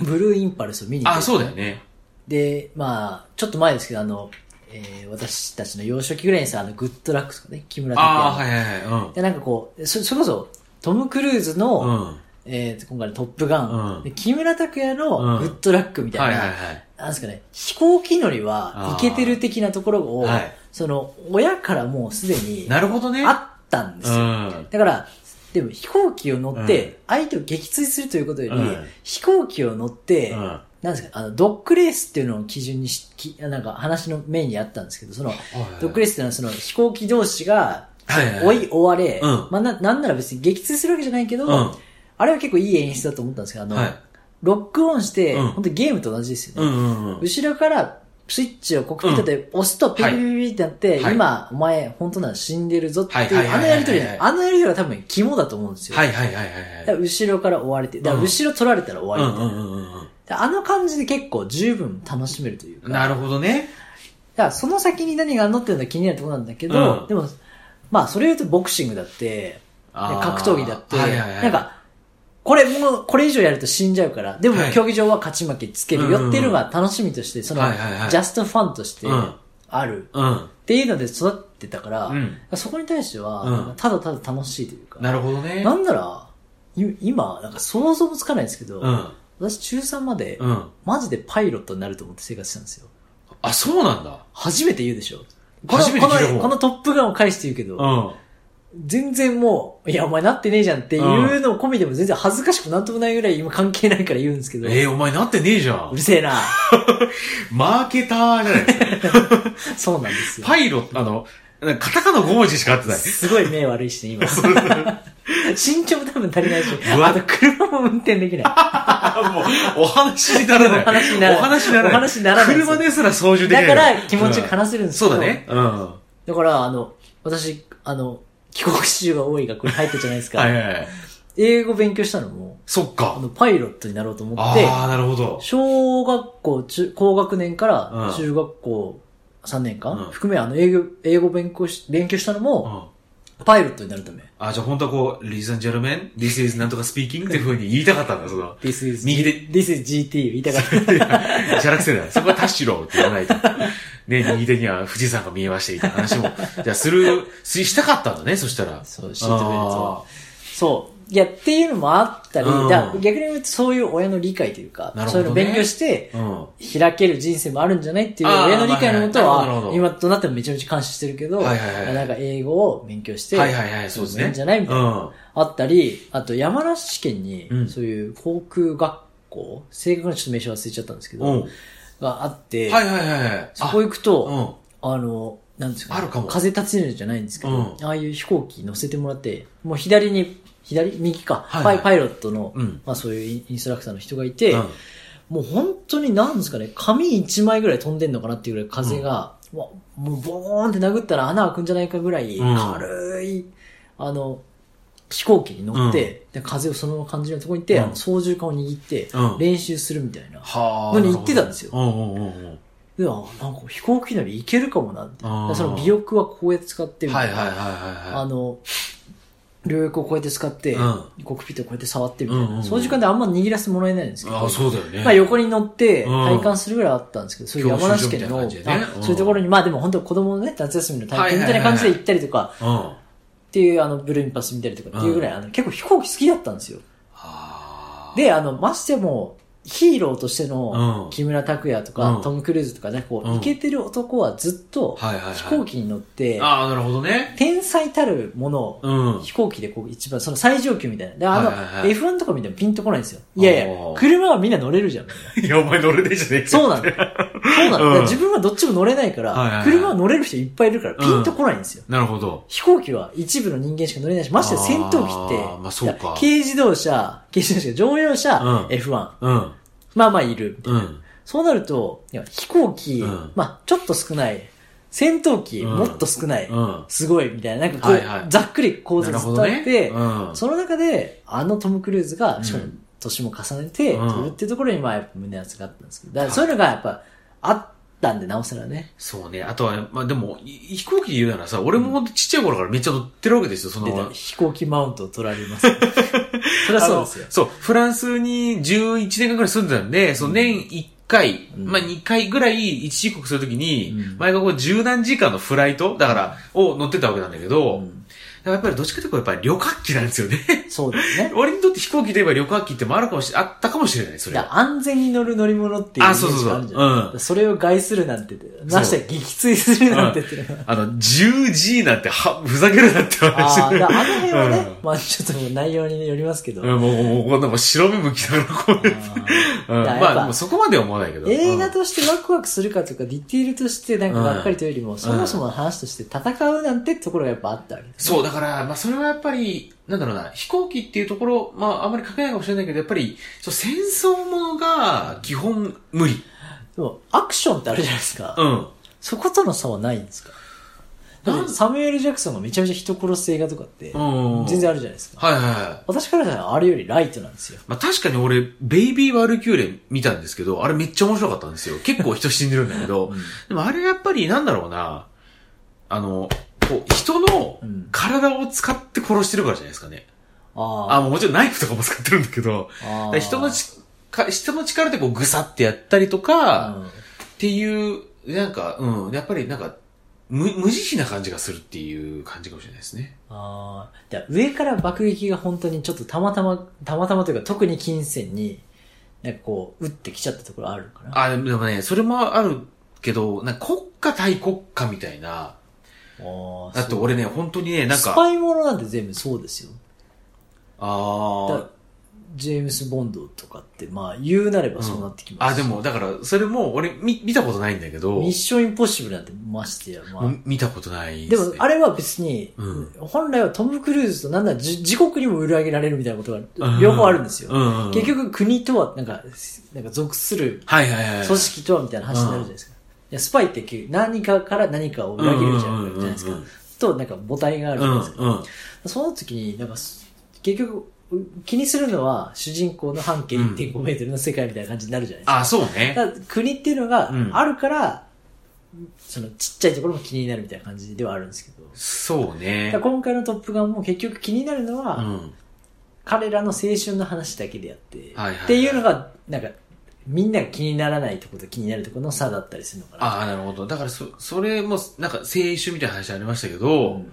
S1: ブルーインパルスを見に行
S2: あ
S1: く
S2: あ、そうだよね。
S1: で、まあ、ちょっと前ですけど、あの、えー私たちの幼少期ぐらいにさ、あの、グッドラックスとかね、木村拓哉の
S2: ああ、はいはいはい。
S1: で、なんかこう、そ、それこそ、トム・クルーズの、
S2: うん。うん。
S1: えー、今回のトップガン、
S2: うん
S1: で木村拓哉の
S2: うん
S1: グッドラックみたいな、
S2: はいはいはい。
S1: なんですかね、飛行機乗りは
S2: あ
S1: イ
S2: ー
S1: ケてる的なところを、
S2: はい
S1: その、親からもうすでに
S2: なるほどね。
S1: あったんですよ。
S2: うん。
S1: だから、でも飛行機を乗っ
S2: うん
S1: て、相手を撃墜するということより、
S2: うん
S1: 飛行機を乗って、
S2: うん
S1: なんですか、あの、ドッグレースっていうのを基準にし、きなんか話のメインにあったんですけど、その、ドッグレースっていうのはその飛行機同士が
S2: はいはい
S1: 追い追われ、
S2: うん
S1: まあな、なんなら別に撃墜するわけじゃないけど、
S2: うん
S1: あれは結構いい演出だと思ったんですけど、あの、
S2: はい
S1: ロックオンして、
S2: うん
S1: 本当ゲームと同じですよ
S2: う
S1: ね。
S2: んうんうん。
S1: 後ろからスイッチをコックピットで押すとピピピピピってなって、
S2: はい
S1: 今、お前、本当なら死んでるぞって
S2: はいはい
S1: いう、
S2: はい
S1: あ
S2: はい
S1: のやりとりじゃない。あのやりとりは多分肝だと思うんですよ。
S2: はいはいはいはい
S1: だ
S2: は
S1: か
S2: い。
S1: ら後ろから追われて、だから後ろ取られたら
S2: う
S1: 終わり
S2: ん
S1: み
S2: う
S1: たいな。
S2: んうんうん
S1: であの感じで結構十分楽しめるという
S2: う
S1: か。
S2: ん。なるほどね。
S1: だからその先に何があるのっていうのは気になるところなんだけど、
S2: うん
S1: でも、まあそれ言うとボクシングだって、
S2: あー
S1: 格闘技だって、
S2: はいはいはい
S1: なんか、これもう、これ以上やると死んじゃうから、でも
S2: はい
S1: 競技場は勝ち負けつけるよっていうのが楽しみとして、その、
S2: はいはいはい
S1: ジャストファンとして
S2: うん
S1: ある
S2: うん。
S1: っていうので育ってたから、
S2: うん。
S1: そこに対しては、
S2: うん
S1: なんかただただ楽しいというか、
S2: なるほどね。
S1: なんなら、い今、なんか想像もつかないんですけど、
S2: うん。
S1: 私中3まで、
S2: うん。
S1: マジでパイロットになると思って生活してたんですよ。
S2: あ、そうなんだ。
S1: 初めて言うでしょこの
S2: 初めて聞いた
S1: この
S2: も
S1: こ
S2: ん。
S1: のトップガンを返して言うけど、
S2: うん。
S1: 全然もう、いや、お前なってねえじゃんっていうのを込みでも全然恥ずかしくなんともないぐらい今関係ないから言うんですけど、
S2: ええ、お前なってねえじゃ
S1: うんる。せえな。
S2: マーケターじゃないですか。
S1: そうなんですよ。
S2: パイロット、あの、なんかカタカナ5文字しか合 ってない。
S1: すごい目悪いしね、今。身長も多分足りないし、
S2: うわ
S1: あと車も運転できない。
S2: もう、お話にならない。
S1: お話にならない
S2: お話にならない。
S1: お話にならない
S2: 車ですら操縦できな
S1: だ
S2: い。
S1: から気持ちよく
S2: うん
S1: 話せるんです
S2: そ
S1: け
S2: う
S1: ど、
S2: だね。うん。は
S1: だから、あの、私、あの、帰国子女が多い学校に入ったじゃないです
S2: い
S1: か。
S2: はいはい。
S1: 英語勉強したのも、
S2: そっ
S1: あ
S2: か。
S1: の、パイロットになろうと思っ
S2: あ
S1: て、
S2: あ、なるほど。
S1: 小学校、中、高学年か
S2: う
S1: ら
S2: ん
S1: 中学校3年間、
S2: うん
S1: 含め、あの、英語、英語勉強し、勉強したの
S2: う
S1: も、
S2: ん。
S1: パイロットになるため。
S2: あ、じゃあ本当はこう、Ladies and Gentlemen, this is なんとか speaking っていう風に言いたかったんだ、そ の。
S1: This is,
S2: 右で
S1: This is GT を言いたかった。
S2: じゃなくてだ。そこは田代って言わないと。ね、右手には富士山が見えましたみたいな話も、じゃあする、ししたかったんだね、そしたら。
S1: そう、シートベル
S2: あ
S1: ト。そう。いや、っていうのもあったり、
S2: うん
S1: だから逆に言うとそういう親の理解というか、
S2: なるほ
S1: そう
S2: ど
S1: い
S2: ね
S1: うの勉強して、
S2: あ。うん。
S1: 開ける人生もあるんじゃないっていう
S2: あー
S1: 親の理解のもと
S2: はいはいなるほどなる
S1: は
S2: ほ、ど
S1: 今となってもめちゃめちゃ感謝してるけど、
S2: はいはいはい
S1: なんか英語を勉強して、
S2: はいはいはい、そうですね。
S1: いいんじゃないみたい
S2: うん。
S1: あったり、あと山梨県に
S2: う、ん
S1: そういう航空学校、正確なちょっと名称忘れちゃったんですけ
S2: うん。
S1: ど、
S2: は
S1: があって
S2: い、はいはいはい。
S1: そこ行くと、
S2: あ
S1: あの、なんですか
S2: あるかも
S1: 風立ちぬじゃないんですけど、
S2: うん
S1: ああいう飛行機乗せてもらって、もう左に、左右か、
S2: はいは
S1: パ
S2: い
S1: イパイロットの
S2: うん。うん。
S1: まあそういうインインストラクターの人がいて、
S2: うん
S1: もう本当になんですかね、紙一枚ぐらい飛んでんのかなっていうぐらい風が、わもうボーンって殴ったら穴開くんじゃないかぐらい
S2: うん
S1: 軽い、あの、飛行機に乗って、で風をそのまま感じるところに行って、
S2: うん
S1: あの操縦桿を握って
S2: うん
S1: 練習するみたいな。
S2: は
S1: のに行ってたんですよ
S2: うんうんうんうん。
S1: で、あなんか飛行機なり行けるかもなって。
S2: あー
S1: でその尾翼はこうやって使ってみ
S2: は
S1: た
S2: い
S1: い
S2: はいは
S1: な、
S2: いはい
S1: あ
S2: は
S1: の、両翼をこうやって使って、
S2: う
S1: コックピットをこうやって触ってみたい
S2: うんうんう
S1: な。
S2: ん
S1: 操縦桿であんま握らせてもらえないんですけ
S2: い。
S1: ど、
S2: ああ、そうだよね。
S1: まあ横に乗って
S2: うん
S1: 体感するぐらいあったんですけど、そういう山梨県の、
S2: 教習所みたいな感じでね
S1: あ
S2: うん
S1: そういうところに、まあでも本当子供のね、夏休みの体験みたいな感じで行ったりとか、
S2: うん。あ
S1: っていうあの、ブルーンパス見たりとかっていうぐらい、あの、結構飛行機好きだったんですよ。
S2: あ。
S1: で、あの、ましても、ヒーローとして
S2: う
S1: の
S2: ん
S1: 木村拓哉とか、
S2: うん
S1: トム・クルーズとかね、こ
S2: う
S1: う、
S2: ん
S1: イケてる男はずっと
S2: はいはいはい。
S1: 飛行機に乗って、
S2: ああ、なるほどね。
S1: 天才たるものを
S2: うん。
S1: 飛行機でこう一番、その最上級みたいな。で、あの、
S2: はいはいはい
S1: F1 とか見てもピンとこないんですよ。いやいや
S2: お、ー
S1: 車はみんな乗れるじゃん。
S2: いや、お前乗れねえじゃねえか
S1: そ うなんだよ。そうなんだよ。
S2: うん
S1: だから自分はどっちも乗れないか
S2: はいはいは
S1: ら、
S2: い
S1: 車は乗れる人いっぱいいるから、ピンとこないんですよ。
S2: なるほど。
S1: 飛行機は一部の人間しか乗れないし、ましてや戦闘機っ
S2: あ
S1: て、
S2: ーまあそうか
S1: だら軽自動車、軽自動車、乗用車、
S2: うん
S1: F1。
S2: うん。
S1: まあまあいる。
S2: うん。
S1: そうなると、いや飛行機、
S2: うん
S1: まあちょっと少ない。戦闘機、
S2: うん
S1: もっと少ない。
S2: うん。
S1: すごい、みたいな。なんかこう、
S2: はいはい
S1: ざっくり構図
S2: な
S1: が
S2: る
S1: 伝
S2: ほ
S1: わ
S2: ど
S1: っ
S2: ね。
S1: て、
S2: うん。
S1: その中で、あのトム・クルーズが、しかも
S2: うん
S1: 年も重ねて、
S2: うん
S1: 撮るっていうところに、まあ、やっぱ胸熱があったんですけど、だからそういうのがやっぱ、あったんで、なおさらね。
S2: そうね。あとは、まあでも、い飛行機で言うならさ、俺もほんとちっちゃい頃からめっちゃ乗ってるわけですよ、そ
S1: で
S2: の。
S1: 飛行機マウントを取ら れます。それはそうですよ
S2: あの。そう、フランスに11年間ぐらい住んでたんで、その年1回、
S1: うん
S2: まあ2回ぐらい一時帰国するときに、
S1: うん
S2: 前がこう十何時間のフライトだから、を乗ってたわけなんだけど、
S1: うん
S2: やっぱりどっちかというとやっぱり旅客機なんですよね。
S1: そうですね。
S2: 俺にとって飛行機といえば旅客機ってもあるかもしれ、あったかもしれない、そ
S1: だ
S2: れ
S1: か
S2: は。
S1: ら安全に乗る乗り物っていうイメ
S2: あそう
S1: ー
S2: そう
S1: ジ
S2: そう
S1: があるんじゃない
S2: うん
S1: それを害するなんてって、ましてや撃墜するなんてっていうのは。
S2: あの、10G なんては、ふざけるなって話。
S1: ああ、だからあの辺はね
S2: う、
S1: まあちょっともう内容によりますけ ど、
S2: うん、もう、もう、こんなもう白目向きながらこうやって。
S1: あ
S2: うん、
S1: だからやっぱ
S2: まあ、でもそこまでは思わないけど。
S1: 映画
S2: うん
S1: としてワクワクするかとか、ディテールとしてなんかばっかりというよりも、そもそもの話として戦うなんてところがやっぱあったわけですね。
S2: そう、だから、まあ、それはやっぱり、なんだろうな、飛行機っていうところ、まあ、あんまり書けないかもしれないけど、やっぱり、そう戦争ものが、基本、無理。
S1: でも、アクションってあるじゃないですか。
S2: うん。
S1: そことの差はないんですかだって
S2: なん
S1: サムエル・ジャクソンがめちゃめちゃ人殺す映画とかって、
S2: うん。
S1: 全然あるじゃないですか。
S2: はいはいはい。
S1: 私からしたらあれよりライトなんですよ。
S2: まあ、確かに俺、ベイビー・ワルキューレ見たんですけど、あれめっちゃ面白かったんですよ。結構人死んでるんだけ ど、でもあれやっぱり、なんだろうな、あの、こう、人の
S1: うん
S2: 体を使って殺してるからじゃないですかね。あ、
S1: あ
S2: もうもちろんナイフとかも使ってるんだけど、
S1: あ
S2: だから人の
S1: 力、
S2: ちか人の力でこうぐさってやったりとか、
S1: うん
S2: っていう、なんか、うん、やっぱりなんか、無無慈悲な感じがするっていう感じかもしれないですね。
S1: あーだから上から爆撃が本当にちょっとたまたま、たまたまというか特に金銭に、なんかこう、打ってきちゃったところあるのかな。
S2: あ、でもでもね、それもあるけど、なんか国家対国家みたいな。
S1: あ
S2: だって俺ね、本当にね、なん
S1: ス
S2: か、
S1: パイものなんて全部そうですよ。
S2: あ
S1: だ
S2: ー
S1: ジェームス・ボンドとかって、まあ、言うなればそうなってきます
S2: あ、、でも、だから、それも、俺、み、見たことないんだけど、
S1: ミッション・インポッシブルなんてましてや、まあ
S2: もう見たことない
S1: ですも、あれは別に、
S2: うん
S1: 本来はトム・クルーズとなんならじ自国にも裏上げられるみたいなことが両方あるんですよ。
S2: うんうん
S1: 結、局国とはなんか、なんか属する
S2: はいはいはい。
S1: 組織とはみたいな話になるじゃないですか。いやスパイって結局何かから何かを裏切るみたいなことじゃないですか。
S2: うんうんうん
S1: と、なんか母体がある
S2: う
S1: じゃない
S2: ん
S1: ですか。
S2: うん。
S1: その時に、なんか、結局、気にするのは主人公の半径1.5メートルの世界みたいな感じになるじゃないですか。
S2: あ、そうね。
S1: だから国っていうのが
S2: うん
S1: あるから、そのちっちゃいところも気になるみたいな感じではあるんですけど。
S2: そう
S1: だ
S2: ね
S1: から。今回のトップガンも結局気になるのは、
S2: うん。
S1: 彼らの青春の話だけであって、
S2: はいはいはい
S1: っていうのが、なんか、みんなが気にならないところと気になるところの差だったりするのかな。
S2: ああ、なるほど。だから、そ、それも、なんか、青春みたいな話ありましたけど、
S1: うん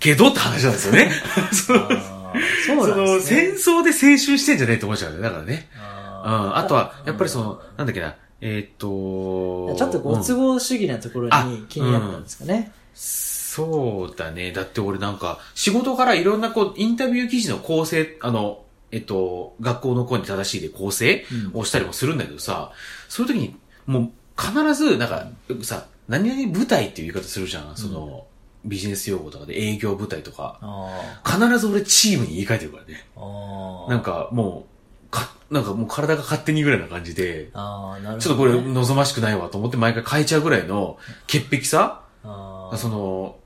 S2: けどって話なんですよ ね。その、
S1: あーそ
S2: そう
S1: なん
S2: の、
S1: ですね
S2: 戦。争で青春してんじゃねえって思っちゃうね。だからね。うん。
S1: あー
S2: あとは、やっぱりその、なんだっけな、えーっと、
S1: ちょっとご
S2: う
S1: 都
S2: ん
S1: 合主義なところに気になったんですかね。
S2: そうだね。だって俺なんか、仕事からいろんなこう、インタビュー記事の構成、あの、えっと、学校の子に正しいで構成
S1: うん
S2: をしたりもするんだけどさ、そういう時に、もう、必ず、なんか、よくさ、何々舞台っていう言い方するじゃん。その、ビジネス用語とかで営業舞台とか。
S1: あ
S2: 必ず俺チームに言い換えてるからね。
S1: ーあー。
S2: なんかもう、か、なんかもう体が勝手にぐらいな感じで、
S1: あーなるほどね、
S2: ちょっとこれ望ましくないわと思って毎回変えちゃうぐらいの潔癖さ
S1: あー
S2: その、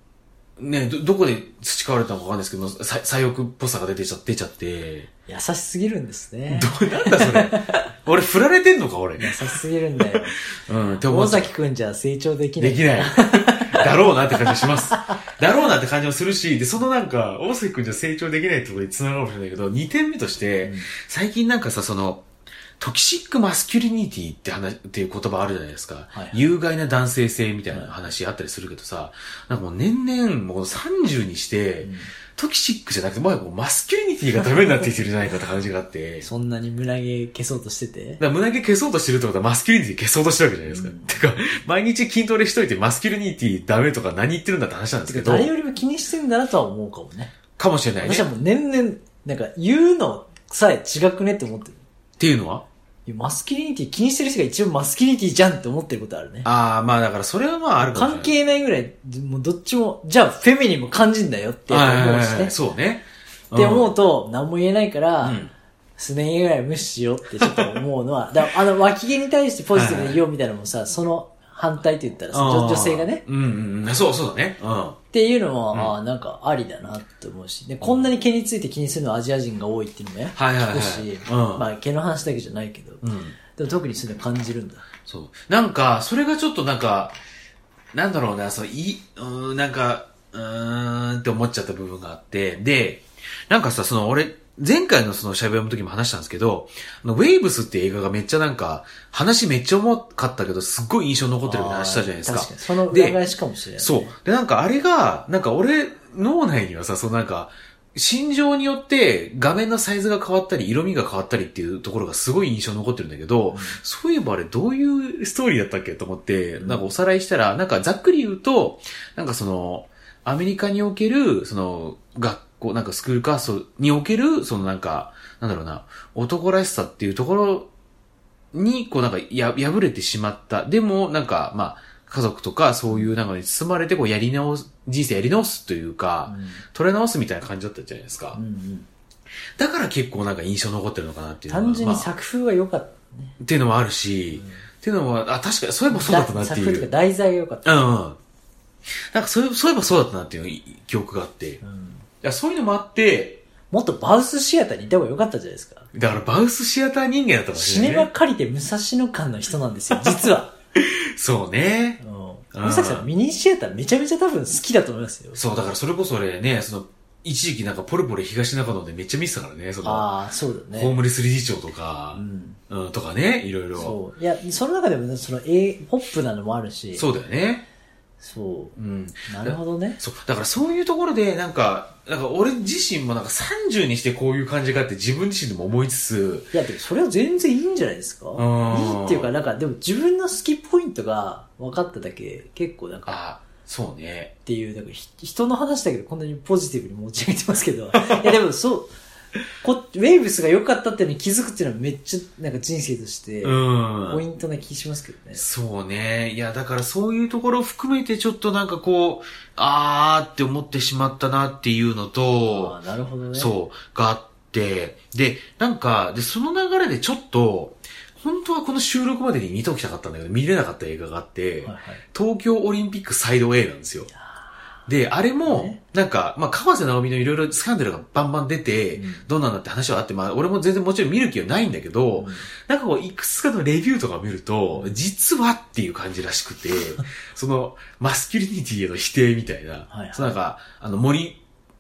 S2: ね、ど、どこで培われたのかわかんないですけど、さ左翼っぽさが出てちゃ出ちゃって、
S1: 優しすぎるんですね。
S2: どうなんだそ れ。俺振られてんのか俺。
S1: 優しすぎる んだよ。
S2: うん、って思
S1: 大
S2: っちゃう
S1: 崎くんじゃ成長できない。
S2: できない。だろうなって感じがします。だろうなって感じもするし、で、そのなんか、大崎くんじゃ成長できないってことに繋がるかもしれないけど、2点目として、
S1: うん
S2: 最近なんかさ、その、トキシックマスキュリニティって話、っていう言葉あるじゃないですか。
S1: はいはい
S2: 有害な男性性みたいな話あったりするけどさ、なんかもう年々、もう30にして、
S1: うん
S2: トキシックじゃなくて、もうマスキュリニティがダメになってきてるじゃないかって感じがあって。
S1: そんなに胸毛消そうとしてて
S2: だ。から胸毛消そうとしてるってことはマスキュリニティ消そうとしてるわけじゃないですか。てか、毎日筋トレしといてマスキュリニティダメとか何言ってるんだって話なんですけど、
S1: 誰よりも気にしてんだなとは思うかもね。
S2: かもしれないね。
S1: 私
S2: っ
S1: はもう年々、なんか言うのさえ違くねって思ってる。
S2: ていうのはい
S1: やマスキュリニティ気にしてる人が一応マスキュリニティじゃんって思ってることあるね。
S2: ああ、まあだからそれはまああるかもしれ
S1: 関
S2: ない。
S1: 係ないぐらい、もうどっちも、じゃあフェミニンも感じんだよってやっぱ思うし
S2: はいはいは
S1: ね
S2: い。そうね。
S1: って思うと、何も言えないから、
S2: うん
S1: すね毛ぐらい無視しようってちょっと思うのは、だ からあの、脇毛に対してポジティブでいようみたいなのもさ、その反対って言ったらさ、
S2: あー
S1: 女女性がね、
S2: うんうんうん。そうそうだね。うん。
S1: っていうのも、
S2: うん
S1: ああ、なんかありだなって思うし、で、こんなに毛について気にするのはアジア人が多いっていうのもね、
S2: はいはいはい
S1: 聞くし、
S2: うん
S1: まあ毛の話だけじゃないけど、
S2: うん。
S1: でも特にそういうの感じるんだ。
S2: そう。なんか、それがちょっとなんか、なんだろうな、そう、いい、うーん、なんか、うーんって思っちゃった部分があって、で、なんかさ、その俺、前回のその喋りの時も話したんですけど、あのウェイブスって映画がめっちゃなんか、話めっちゃ重かったけど、すっごい印象に残ってるみたいな話したじゃないですか。
S1: あー確かに。その裏返しかもしれない、
S2: そう。で、なんかあれが、なんか俺、脳内にはさ、そのなんか、心情によって画面のサイズが変わったり、色味が変わったりっていうところがすごい印象に残ってるんだけど、そういえばあれどういうストーリーだったっけと思って、なんかおさらいしたら、なんかざっくり言うと、なんかその、アメリカにおける、その、学校、なんかスクールカーストにおける、そのなんか、なんだろうな、男らしさっていうところに、こうなんか、や、破れてしまった。でも、なんか、まあ、家族とか、そういうなんかに包まれて、こう、やり直す、人生やり直すという
S1: う
S2: か、
S1: ん。
S2: 取れ直すみたいな感じだったじゃないですか
S1: うん。うん。
S2: だから結構なんか印象残ってるのかなっていうのは
S1: 単純に
S2: まあ
S1: 作風が良かった。
S2: っていうのもあるし、っていうのは、あ、確かに、そういえばそうだったなって
S1: 作
S2: い
S1: 風と
S2: う
S1: か。題材が良かった。
S2: うんうん。なんかそういえば、そういえばそうだったなっていう記憶があって。い
S1: うん
S2: や、そういうのもあって、
S1: もっとバウスシアターにいた方が良かったじゃないですか。
S2: だからバウスシアター人間だったかもし
S1: シ
S2: れ
S1: ネ
S2: ない、
S1: マ
S2: ね。
S1: 借りて武蔵野館の人な んですよ、実は。
S2: そうね。
S1: うん。武蔵さん、ミニシアターめちゃめちゃ多分好きだと思いますよ。
S2: そう、だからそれこそ俺ね、その、一時期なんかポルポル東中野でめっちゃ見てたからね、その、
S1: ああ、そうだ
S2: ホー
S1: ね。
S2: ムレス理事長とか
S1: う、ん。
S2: うん、とかね、いろいろ。そ
S1: そう。いや、その中でもね、その、え、ポップなのもあるし。
S2: うだよね。
S1: そ
S2: うん。
S1: う。なるほどね。
S2: そう、だからそういうところで、なんか、なんか俺自身もなんか30にしてこういう感じがあって自分自身でも思いつつ、
S1: いや、でもそれは全然いいんじゃないですかい
S2: ん
S1: いっていうか、なんか、でも自分の好きポイントが分かっただけ、結構なんか、
S2: あ、そうね。
S1: っていう、なんかひ人の話だけどこんなにポジティブに持ち上げてますけど、いやでもそう、こウェイブスが良かったっていうのに気づくっていうのはめっちゃなんか人生として
S2: うん。
S1: ポイントな気しますけどね。
S2: そうね。いや、だからそういうところを含めてちょっとなんかこう、あーって思ってしまったなっていうの
S1: あ
S2: と、
S1: あなるほどね。
S2: そう、があって、で、なんか、で、その流れでちょっと、本当はこの収録までに見ておきたかったんだけど、見れなかった映画があって、
S1: はいはい
S2: 東京オリンピックサイド A なんですよ。で、あれも
S1: ね、
S2: なんか、まあ、川瀬直美のいろいろスキャンダルがバンバン出て、
S1: うん
S2: どうなんだって話はあって、まあ、俺も全然もちろん見る気はないんだけど、なんかこう、いくつかのレビューとかを見ると、実はっていう感じらしくて、 その、マスキュリニティへの否定みたいな、
S1: はいはい
S2: そのなんか、あの、森、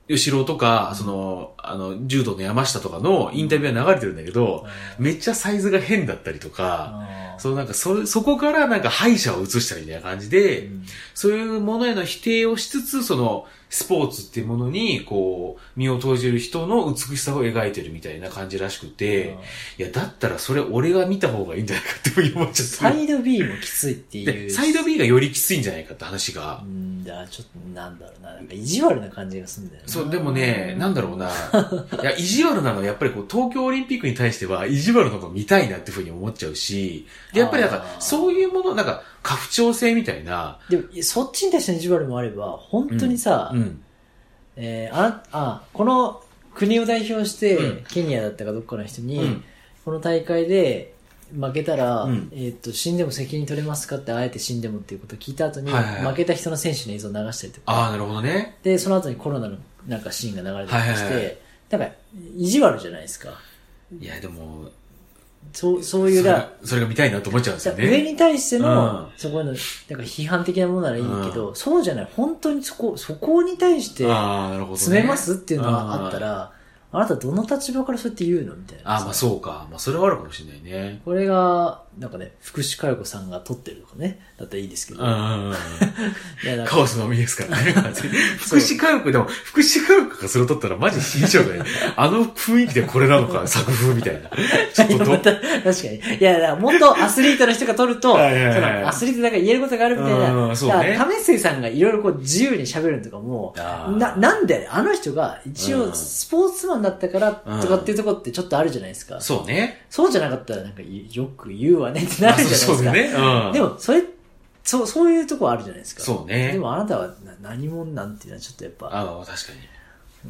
S2: 吉郎とか、その、あの、柔道の山下とかのインタビューは流れてるんだけど、めっちゃサイズが変だったりとか、
S1: あー
S2: そうなんか、そ、そこからなんか敗者を移したみたいな感じで、
S1: うん
S2: そういうものへの否定をしつつ、その、スポーツっていうものに、こう、身を投じる人の美しさを描いてるみたいな感じらしくて、いや、だったらそれ俺が見た方がいいんじゃないかって思っちゃった
S1: サ。イド B もきついってい
S2: で、
S1: う。
S2: サイド B がよりきついんじゃないかって話が
S1: う。ん、だからちょっとなんだろうな、なんか意地悪な感じがするんだよね。
S2: そう、でもね、なんだろう な。いや、意地悪なの、やっぱりこう、東京オリンピックに対しては、意地悪なの見たいなっていうふうに思っちゃうし、で、やっぱりなんか
S1: あ、ー
S2: そういうもの、なんか、過不調性みたいな、
S1: でも、いやそっちに対しての意地悪もあれば、本当にさ、
S2: うん。
S1: えーあなあ、この国を代表して、
S2: うん
S1: ケニアだったかどっかの人に、
S2: うん
S1: この大会で負けたら、
S2: うん
S1: えーっと、死んでも責任取れますかって、あえて死んでもっていうことを聞いた後に、
S2: はいはいはい
S1: 負けた人の選手の映像を流したりとか、
S2: ああ、なるほどね。
S1: で、その後にコロナのなんかシーンが流れてきて、
S2: はいはいは
S1: なんか、意地悪じゃないですか。
S2: いや、でも、
S1: そう、そういう
S2: それ
S1: だ
S2: が、それが見たいなと思っちゃうんですよね。
S1: 上に対しての、
S2: うん
S1: そこへの、なんか批判的なものならいいけど、そうじゃない、本当にそこ、そこに対して、
S2: ああ、なるほど、ね。
S1: 詰めますっていうのがあったら、あなたどの立場からそうやって言うのみたいな。
S2: ああ、まあそうか。まあそれはあるかもしれないね。
S1: これが、なんかね、福士加代子さんが撮ってるとかね、だったらいいですけ
S2: う
S1: ど。
S2: んうんうん。
S1: いや、なんか
S2: カオスのみですからね。福祉科学、でも、福祉科学がそれを取ったらマジ死んじゃう ね。あの雰囲気でこれなのか、作風みたいな。ちょっとど
S1: ま、た確かに。いや、だから元アスリートの人が撮ると、そ
S2: はいはいはい
S1: のアスリートだから言えることがあるみたいな。
S2: うんそうね
S1: だから為末さんがいろいろこう自由に喋るのとかも、
S2: あー
S1: な、なんであの人が一
S2: う
S1: 応
S2: ん
S1: スポーツマンだったからとかっていうところってちょっとあるじゃないですか。
S2: そうね。
S1: そうじゃなかったらなんかよく言うわねってなるじゃないです
S2: まあそ
S1: か。
S2: うだね。うん。
S1: でも、それ、そう、そういうとこあるじゃないですか。
S2: そうね
S1: でもあなたはな何者なんていうのはちょっとやっぱ、だか
S2: ああ、確か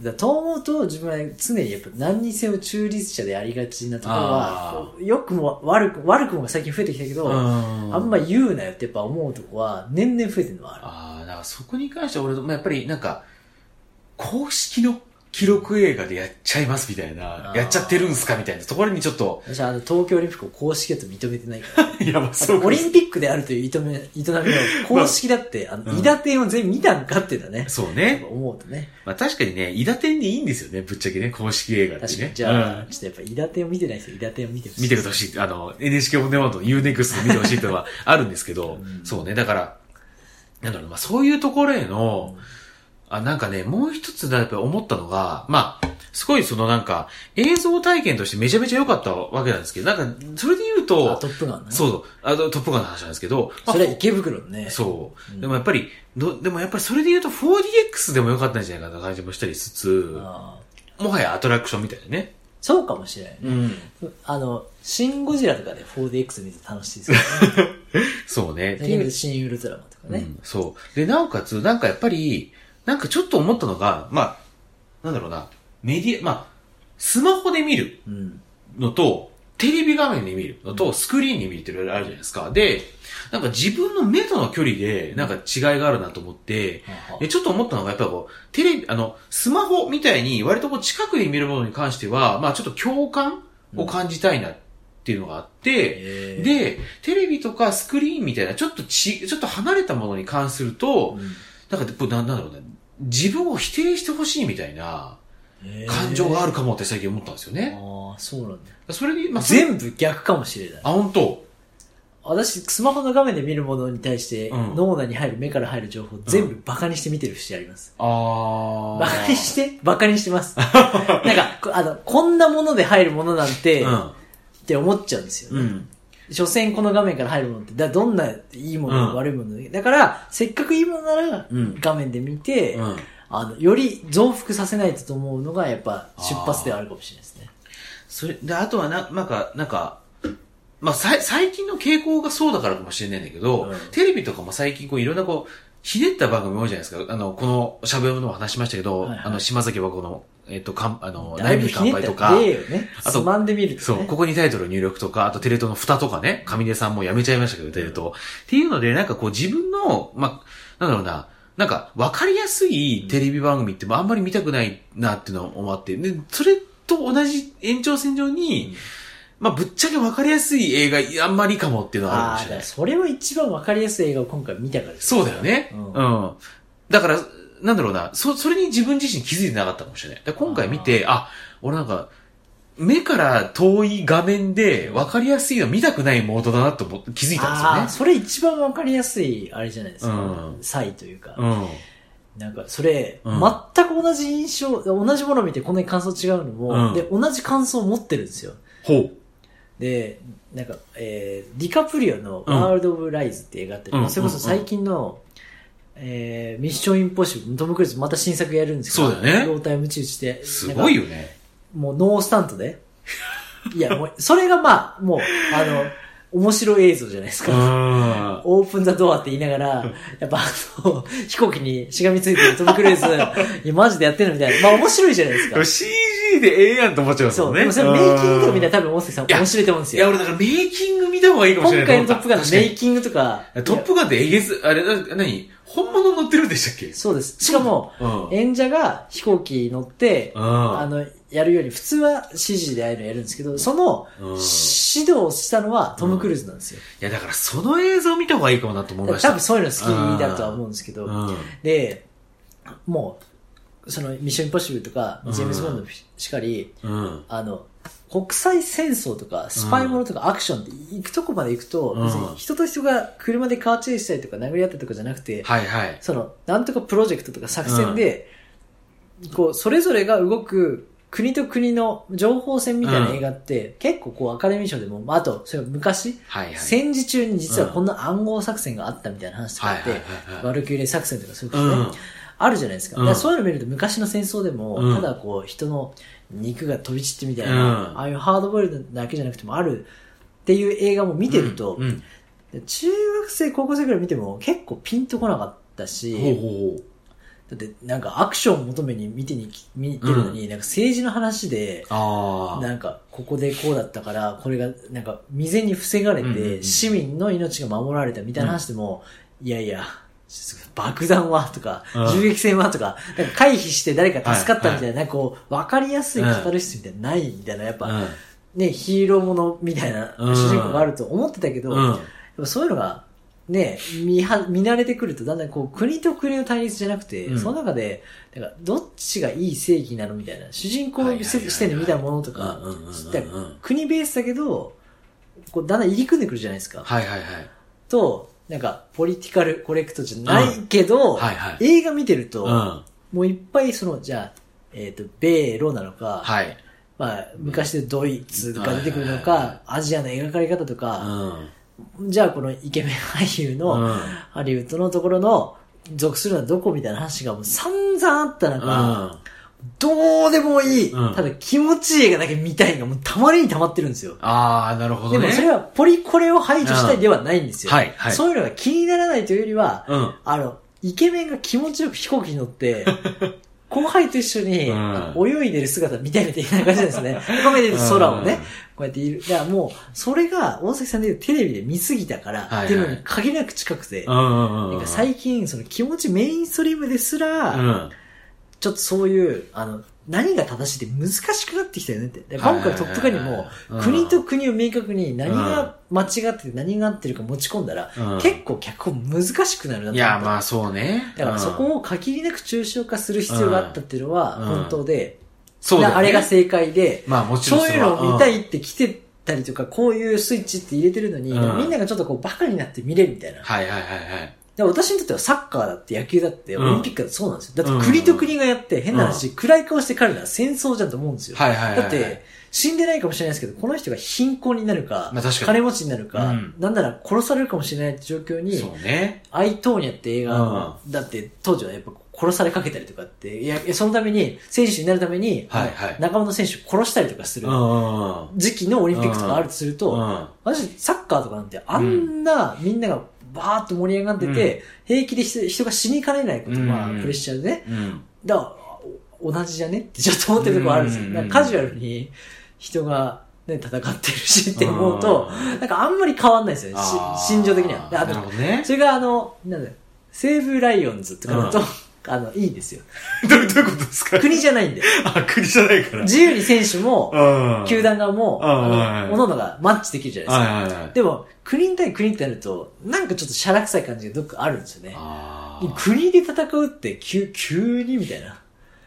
S2: に。
S1: らと思うと自分は常にやっぱ何にせよ中立者でありがちなところ
S2: あ
S1: は、こう良くも悪く、悪くもが最近増えてきたけど、
S2: うん
S1: あんま言うなよってやっぱ思うとこは年々増えてるのはある。
S2: ああ、だからそこに関しては俺、まあ、やっぱりなんか、公式の記録映画でやっちゃいますみたいな
S1: あ、ー
S2: やっちゃってるんすかみたいなところにちょっと、
S1: 私はあの東京オリンピックを公式だと認めて ないから、
S2: いや、まあ そうか
S1: オリンピックであるという営め営みの公式だって、あ
S2: う
S1: の、
S2: ん
S1: イダテンを全員見たんかっていうのはね、
S2: そう
S1: やっ
S2: ね
S1: ぱ。思うとね。
S2: まあ確かにね、イダテンでいいんですよね、ぶっちゃけね、公式映画ってね。
S1: 確かに、じゃあ、
S2: うん
S1: ちょっとやっぱイダテンを見てない人、イダテンを見てほしい。
S2: 見てください。あの、NHK オンデマンドの UNEXT で見てほしいっていうのはあるんですけど、
S1: うん
S2: そうね、だから、なんだろうな、まあそういうところへの、あ、なんかね、もう一つだ、やっぱり思ったのが、まあ、すごいそのなんか、映像体験としてめちゃめちゃ良かったわけなんですけど、なんか、それで言うと
S1: あト、ップガンね。
S2: そうそう、あの、トップガンの話なんですけど、まあ
S1: それは池袋のね。
S2: そう、
S1: うん
S2: でもやっぱり、ど、でもやっぱりそれで言うと 4DX でも良かったんじゃないかな感じもしたりしつつ、
S1: ああ
S2: もはやアトラクションみたいなね。
S1: そうかもしれないね。
S2: うん。
S1: あの、シン・ゴジラとかで 4DX 見て楽しいですよ
S2: そうね。っていう
S1: ね。シン・ウルトラマンとか
S2: う
S1: ね。
S2: ん、そう。で、なおかつ、なんかやっぱり、なんかちょっと思ったのが、まあ、なんだろうな、メディア、まあ、スマホで見る
S1: うん。
S2: のと、テレビ画面で見るのと、スクリーンで見るっていろいろあるじゃないですか。で、なんか自分の目との距離で、なんか違いがあるなと思って、
S1: は
S2: で、ちょっと思ったのが、やっぱこう、テレビ、あの、スマホみたいに、割とこう、近くで見るものに関しては、まあ、ちょっと共感を感じたいなっていうのがあって、
S1: で、
S2: で、テレビとかスクリーンみたいな、ちょっとち、ちょっと離れたものに関すると、なんか、ななんだろうね、自分を否定してほしいみたいな感情があ
S1: る。
S2: るかもって最近思ったんですよね。
S1: ああ、そうなんだ。
S2: それに、まあ、それ
S1: 全部逆かもしれない。
S2: あ、本当
S1: 私、スマホの画面で見るものに対して、
S2: うん
S1: 脳内に入る、目から入る情報、全部バカにして見てる節あります。
S2: あ
S1: バカにして、バカにし てます。なんか、こあの、こんなもので入るものなんて、
S2: てう
S1: っ
S2: ん。
S1: て思っちゃうんですよね。
S2: うん。
S1: 所詮この画面から入るものって、だどんないいもの、
S2: うん
S1: 悪いものでだから、せっかくいいものなら
S2: うん、
S1: 画面で見て、
S2: うん。
S1: あの、より増幅させないとと思うのが、やっぱ出発ではあるかもしれないですね。
S2: それ、で、あとはな、なんか、なんか、まあ、さい最近の傾向がそうだからかもしれないんだけど、
S1: うん
S2: テレビとかも最近こういろんなこう、ひねった番組多いじゃないですか。あの、この、しゃべるのも話しましたけど、
S1: はいはい
S2: あの、島崎和子の、えっと、かん、あの、
S1: だ
S2: ライ
S1: い
S2: ブ
S1: ぶ
S2: に
S1: ひね
S2: 乾
S1: った
S2: 杯とか、
S1: 例をね、
S2: あと
S1: つまんでみるとね。
S2: そう、ここにタイトル入力とか、あとテレ東の蓋とかね、上出さんもやめちゃいましたけど、テレ東。っていうので、なんかこう自分の、まあ、なんだろうな、なんか分かりやすいテレビ番組ってまああんまり見たくないなっていうのを思って、で、それと同じ延長線上に、まあ、ぶっちゃけ分かりやすい映画あんまりかもっていうのはある
S1: ああ、
S2: かもしれな
S1: だから
S2: い。
S1: それは一番わかりやすい映画を今回見たからです
S2: そうだよね。
S1: うん
S2: うん。だから、なんだろうな、そ、それに自分自身気づいてなかったかもしれない。だから今回見て、あ俺なんか、目から遠い画面で分かりやすいの見たくないモードだなと思って気づいた
S1: あ
S2: ん
S1: あ、
S2: です
S1: それ一番わかりやすい、あれじゃないですか
S2: う。ん
S1: 差異というか。
S2: よね。
S1: なんか、それ、
S2: うん
S1: 全く同じ印象、同じもの見てこんなに感想違うのも、
S2: うん
S1: で、同じ感想を持ってるんですよ。
S2: うん。ほ
S1: で、なんか、えー、ディカプリオのワールド・オブ・ライズって映画あって、
S2: うん
S1: それこそ最近の、えー、ミッション・インポッシブル、トム・クルーズまた新作やるんですけど、
S2: そうだよね
S1: ロータイムチ打ちで。
S2: う。すごい
S1: よ。
S2: よね。
S1: もうノースタン トで。いや、もう、それがまあ、もう、あの、面白い映像じゃないです
S2: う
S1: か。
S2: ん。
S1: オープンザドアって言いながら、やっぱあの、飛行機にしがみついてるトム・クルーズ、いや、マジでやってるみたいな。まあ面白いじゃないですか。
S2: CG でええやんと思っちゃいます
S1: そ
S2: も
S1: う。
S2: ん
S1: で
S2: ね。
S1: もそれメイキングとか見た
S2: い
S1: ら多分大崎さん
S2: いや
S1: 面白いと思うんです
S2: や、
S1: よ。
S2: 俺だからメイキング見た方がいいかも
S1: 今
S2: しれないと
S1: 回
S2: 思っ
S1: のト
S2: た。
S1: ップガンの
S2: 確か
S1: メ
S2: に
S1: イキングとか。
S2: トップ
S1: い
S2: ガンってえげず、あれ、な、なに本物乗ってるんでしたっけ
S1: やそうです。しかも、
S2: うん。
S1: 演者が飛行機乗って、あ
S2: あ
S1: の、やるより、普通は指示でああいうのやるんですけど、その、
S2: うん
S1: 指導をしたのはトム・クルーズなんですよ。
S2: いや、だからその映像見た方がいいかもなと思いました。
S1: 多分そういうの好きだとは思うんですけど、
S2: うん。
S1: で、もう、その、ミッション・インポッシブルとか、ジェームズ・ボンドしかり、
S2: うん。
S1: あの、国際戦争とか、スパイものとか、アクションって、行くとこまで行くと、
S2: うん
S1: 別に人と人が車でカーチェイスしたりとか、殴り合ったりとかじゃなくて、
S2: はいはい。
S1: その、なんとかプロジェクトとか作戦で、こう、それぞれが動く、国と国の情報戦みたいな映画って、結構こう、アカデミー賞でも、まあ、あと、それ昔、
S2: はいはい。
S1: 戦時中に実はこんな暗号作戦があったみたいな話とか
S2: は
S1: あ
S2: い
S1: っ
S2: はい
S1: て、
S2: はいは
S1: バルキューレ作戦とかそういうこ
S2: い。う
S1: とね、
S2: ん。
S1: あるじゃないですか。
S2: うん
S1: だからそういうの見ると昔の戦争でも、
S2: うん
S1: ただこう人の肉が飛び散ってみたいな、
S2: うん
S1: ああいうハードボイルドだけじゃなくてもあるっていう映画も見てると、
S2: うん。
S1: 中学生、高校生くらい見ても結構ピンとこなかったし、
S2: ほうほうほう。
S1: だってなんかアクションを求めに見てに見てるのに、なんか政治の話で、
S2: ああ。
S1: なんか、ここでこうだったから、これが、なんか、未然に防がれ
S2: うんうんう
S1: て、
S2: ん
S1: 市民の命が守られたみたいな話でも、いやいや、ちょっと爆弾はとか
S2: うん、
S1: 銃撃戦はとか、なんか回避して誰か助かったみた
S2: はい
S1: な、なんかこう、わかりやすい語る室みたいな、ないみたいな、やっ
S2: う
S1: ぱ、
S2: ん。
S1: ね、ヒーローものみたいな、
S2: うん
S1: 主人公があると思ってたけど、
S2: う
S1: やっ
S2: ん。
S1: ぱそういうのが、ね、見は、見慣れてくると、だんだんこう、国と国の対立じゃなくて、
S2: うん
S1: その中で、なんか、どっちがいい正義なのみたいな、主人公の視点で見たものとか、
S2: うんうんうんうん
S1: 知った国ベースだけど、こうだんだん入り組んでくるじゃないですか。
S2: はいはいはい。
S1: と、なんか、ポリティカルコレクトじゃないけど、
S2: はいはい。
S1: 映画見てると、
S2: うん。
S1: もういっぱいその、じゃあ、えっ、と、米ロなのか、
S2: はい。
S1: まあ、昔でドイツとか出てくるのか、
S2: はいはいはい
S1: アジアの描かれ方と
S2: う
S1: か、
S2: ん。
S1: じゃあこのイケメン俳優の、
S2: うん。
S1: ハリウッドのところの、属するのはどこみたいな話がもう散々あった
S2: う
S1: 中、
S2: ん。
S1: どうでもいい、
S2: うん
S1: ただ気持ちいい映画だけ見たいがもうたまりにたまってるんですよ。
S2: ああ、なるほ
S1: で
S2: どね。
S1: もそれはポリコレを排除したいではないんですよ。
S2: はいはい。
S1: そういうのが気にならないというよりは、
S2: うん。
S1: あの、イケメンが気持ちよく飛行機に 乗って、後輩と一緒に
S2: う
S1: 泳いでる姿見たいみたいな感じ なんですね。ごめんね、空をね、こうやっている。だからもう、それが大崎さんで言うテレビで見すぎたから、
S2: はいはい
S1: っていうのに限りなく近くて、
S2: うん。うんうん。
S1: なんか最近、その気持ちメインストリームですら、
S2: うん。
S1: ちょっとそういう、あの、何が正しいって難しくなってきたよねって。で今回トップガンにも、
S2: うん
S1: 国と国を明確に何が間違ってて何が合ってるか持ち込んだら、
S2: うん
S1: 結構脚本難しくなるなと思っ
S2: い
S1: た
S2: や、まあそうね。
S1: だからそ
S2: うん、
S1: こを限りなく抽象化する必要があったっていうのは
S2: うん
S1: 本当で、
S2: そうだよ
S1: だ
S2: ね
S1: あれが正解で、
S2: まあもちろん
S1: そういうのを見た
S2: うん
S1: いって来てたりとか、こういうスイッチって入れてるのに、
S2: うん
S1: みんながちょっとこうバカになって見れるみたいな。
S2: はいはいはいはい。
S1: で私にとってはサッカーだって野球だって
S2: う
S1: オ
S2: ん
S1: リンピックだってそうなんですよ。だって国と国がやって変な話、暗い顔して彼らは戦争じゃんと思うんですよ。
S2: はいはいはいはい。
S1: だって、死んでないかもしれないですけど、この人が貧困になるか、
S2: まあ確かに
S1: 金持ちになるか、
S2: うん
S1: なんなら殺されるかもしれないって状況に、
S2: そうね。
S1: アイトーニャって映画、
S2: う
S1: だって当時はやっぱ殺されかけたりとかって、いや、いやそのために、選手になるために、
S2: はいはい
S1: 仲間の選手を殺したりとかする
S2: うんうんうん。
S1: 時期のオリンピックとかあるとすると、
S2: うん
S1: 私、サッカーとかなんて、あんなみんながバーッと盛り上がってて、平気で人人が死にかねないことが
S2: うん
S1: プレッシャーでね、
S2: うん。
S1: だからお同じじゃねってちょっと思ってるところあるんですよ。
S2: うん
S1: なんかカジュアルに人が、ね、戦ってるしって思うと、なんかあんまり変わんないですよね、
S2: あー、
S1: し心情的には。であ
S2: なる
S1: と
S2: ほどね。
S1: それがあの、なんだよ西武ライオンズとかだと、あの、いいんですよ。
S2: どうどういうことですか
S1: 国じゃないんで。
S2: あ、国じゃないから。
S1: 自由に選手も、
S2: うん。
S1: 球団側も、
S2: うん
S1: あ
S2: うん
S1: の、おののがマッチできるじゃないで
S2: はい。
S1: すか
S2: はいはい。
S1: でも、国対国ってなると、なんかちょっとシャラ臭い感じがどっかあるんですよね。
S2: あ
S1: 国で戦うって急、急にみたいな。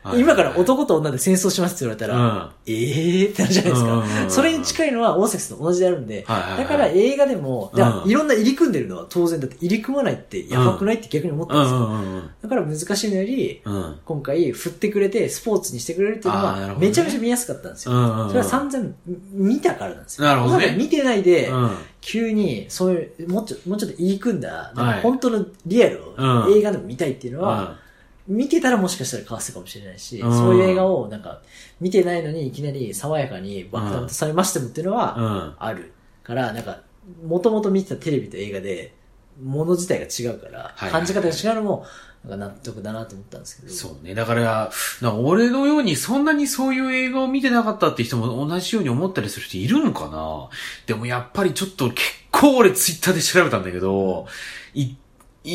S2: ー
S1: 今から男と女で戦争しますって言われた
S2: う
S1: ら、
S2: ん。は
S1: ええーってなるじゃないです
S2: うんうんうんう
S1: か。
S2: ん
S1: それに近いのは大崎さんと同じであるんで
S2: い、はいはい。
S1: だから映画でも、だから
S2: うん
S1: いろんな入り組んでるのは当然だって入り組まないってやばくないって逆に思った
S2: うんん
S1: です
S2: う
S1: よ。
S2: んうんうん。
S1: だから難しいのより、
S2: うん。
S1: 今回振ってくれてスポーツにしてくれるっていうの
S2: あーなる
S1: は
S2: ほどね
S1: めちゃめちゃ見やすかったんです
S2: う
S1: よ。
S2: んうん。
S1: それは散々見たからなんですよ。
S2: なるほどね
S1: 今まで見てないで、
S2: うん。
S1: 急にそういうもうちょもうちょっと言い組んだ、なん
S2: はい
S1: か本当のリアルを
S2: うん
S1: 映画でも見たいっていうのは、見てたらもしかしたら変わってたかもしれないし、
S2: うん
S1: そういう映画をなんか見てないのにいきなり爽やかに爆弾とされましてもっていうの
S2: う
S1: は
S2: ん。うん。
S1: あるから、なんかもともと見てたテレビと映画でもの自体が違うから、
S2: はい
S1: 感じ方が違うのもなんか納得だなと思ったんですけど。
S2: そうね。だから、な俺のようにそんなにそういう映画を見てなかったって人も同じように思ったりする人いるのかなでもやっぱりちょっと結構俺ツイッターで調べたんだけど、い、い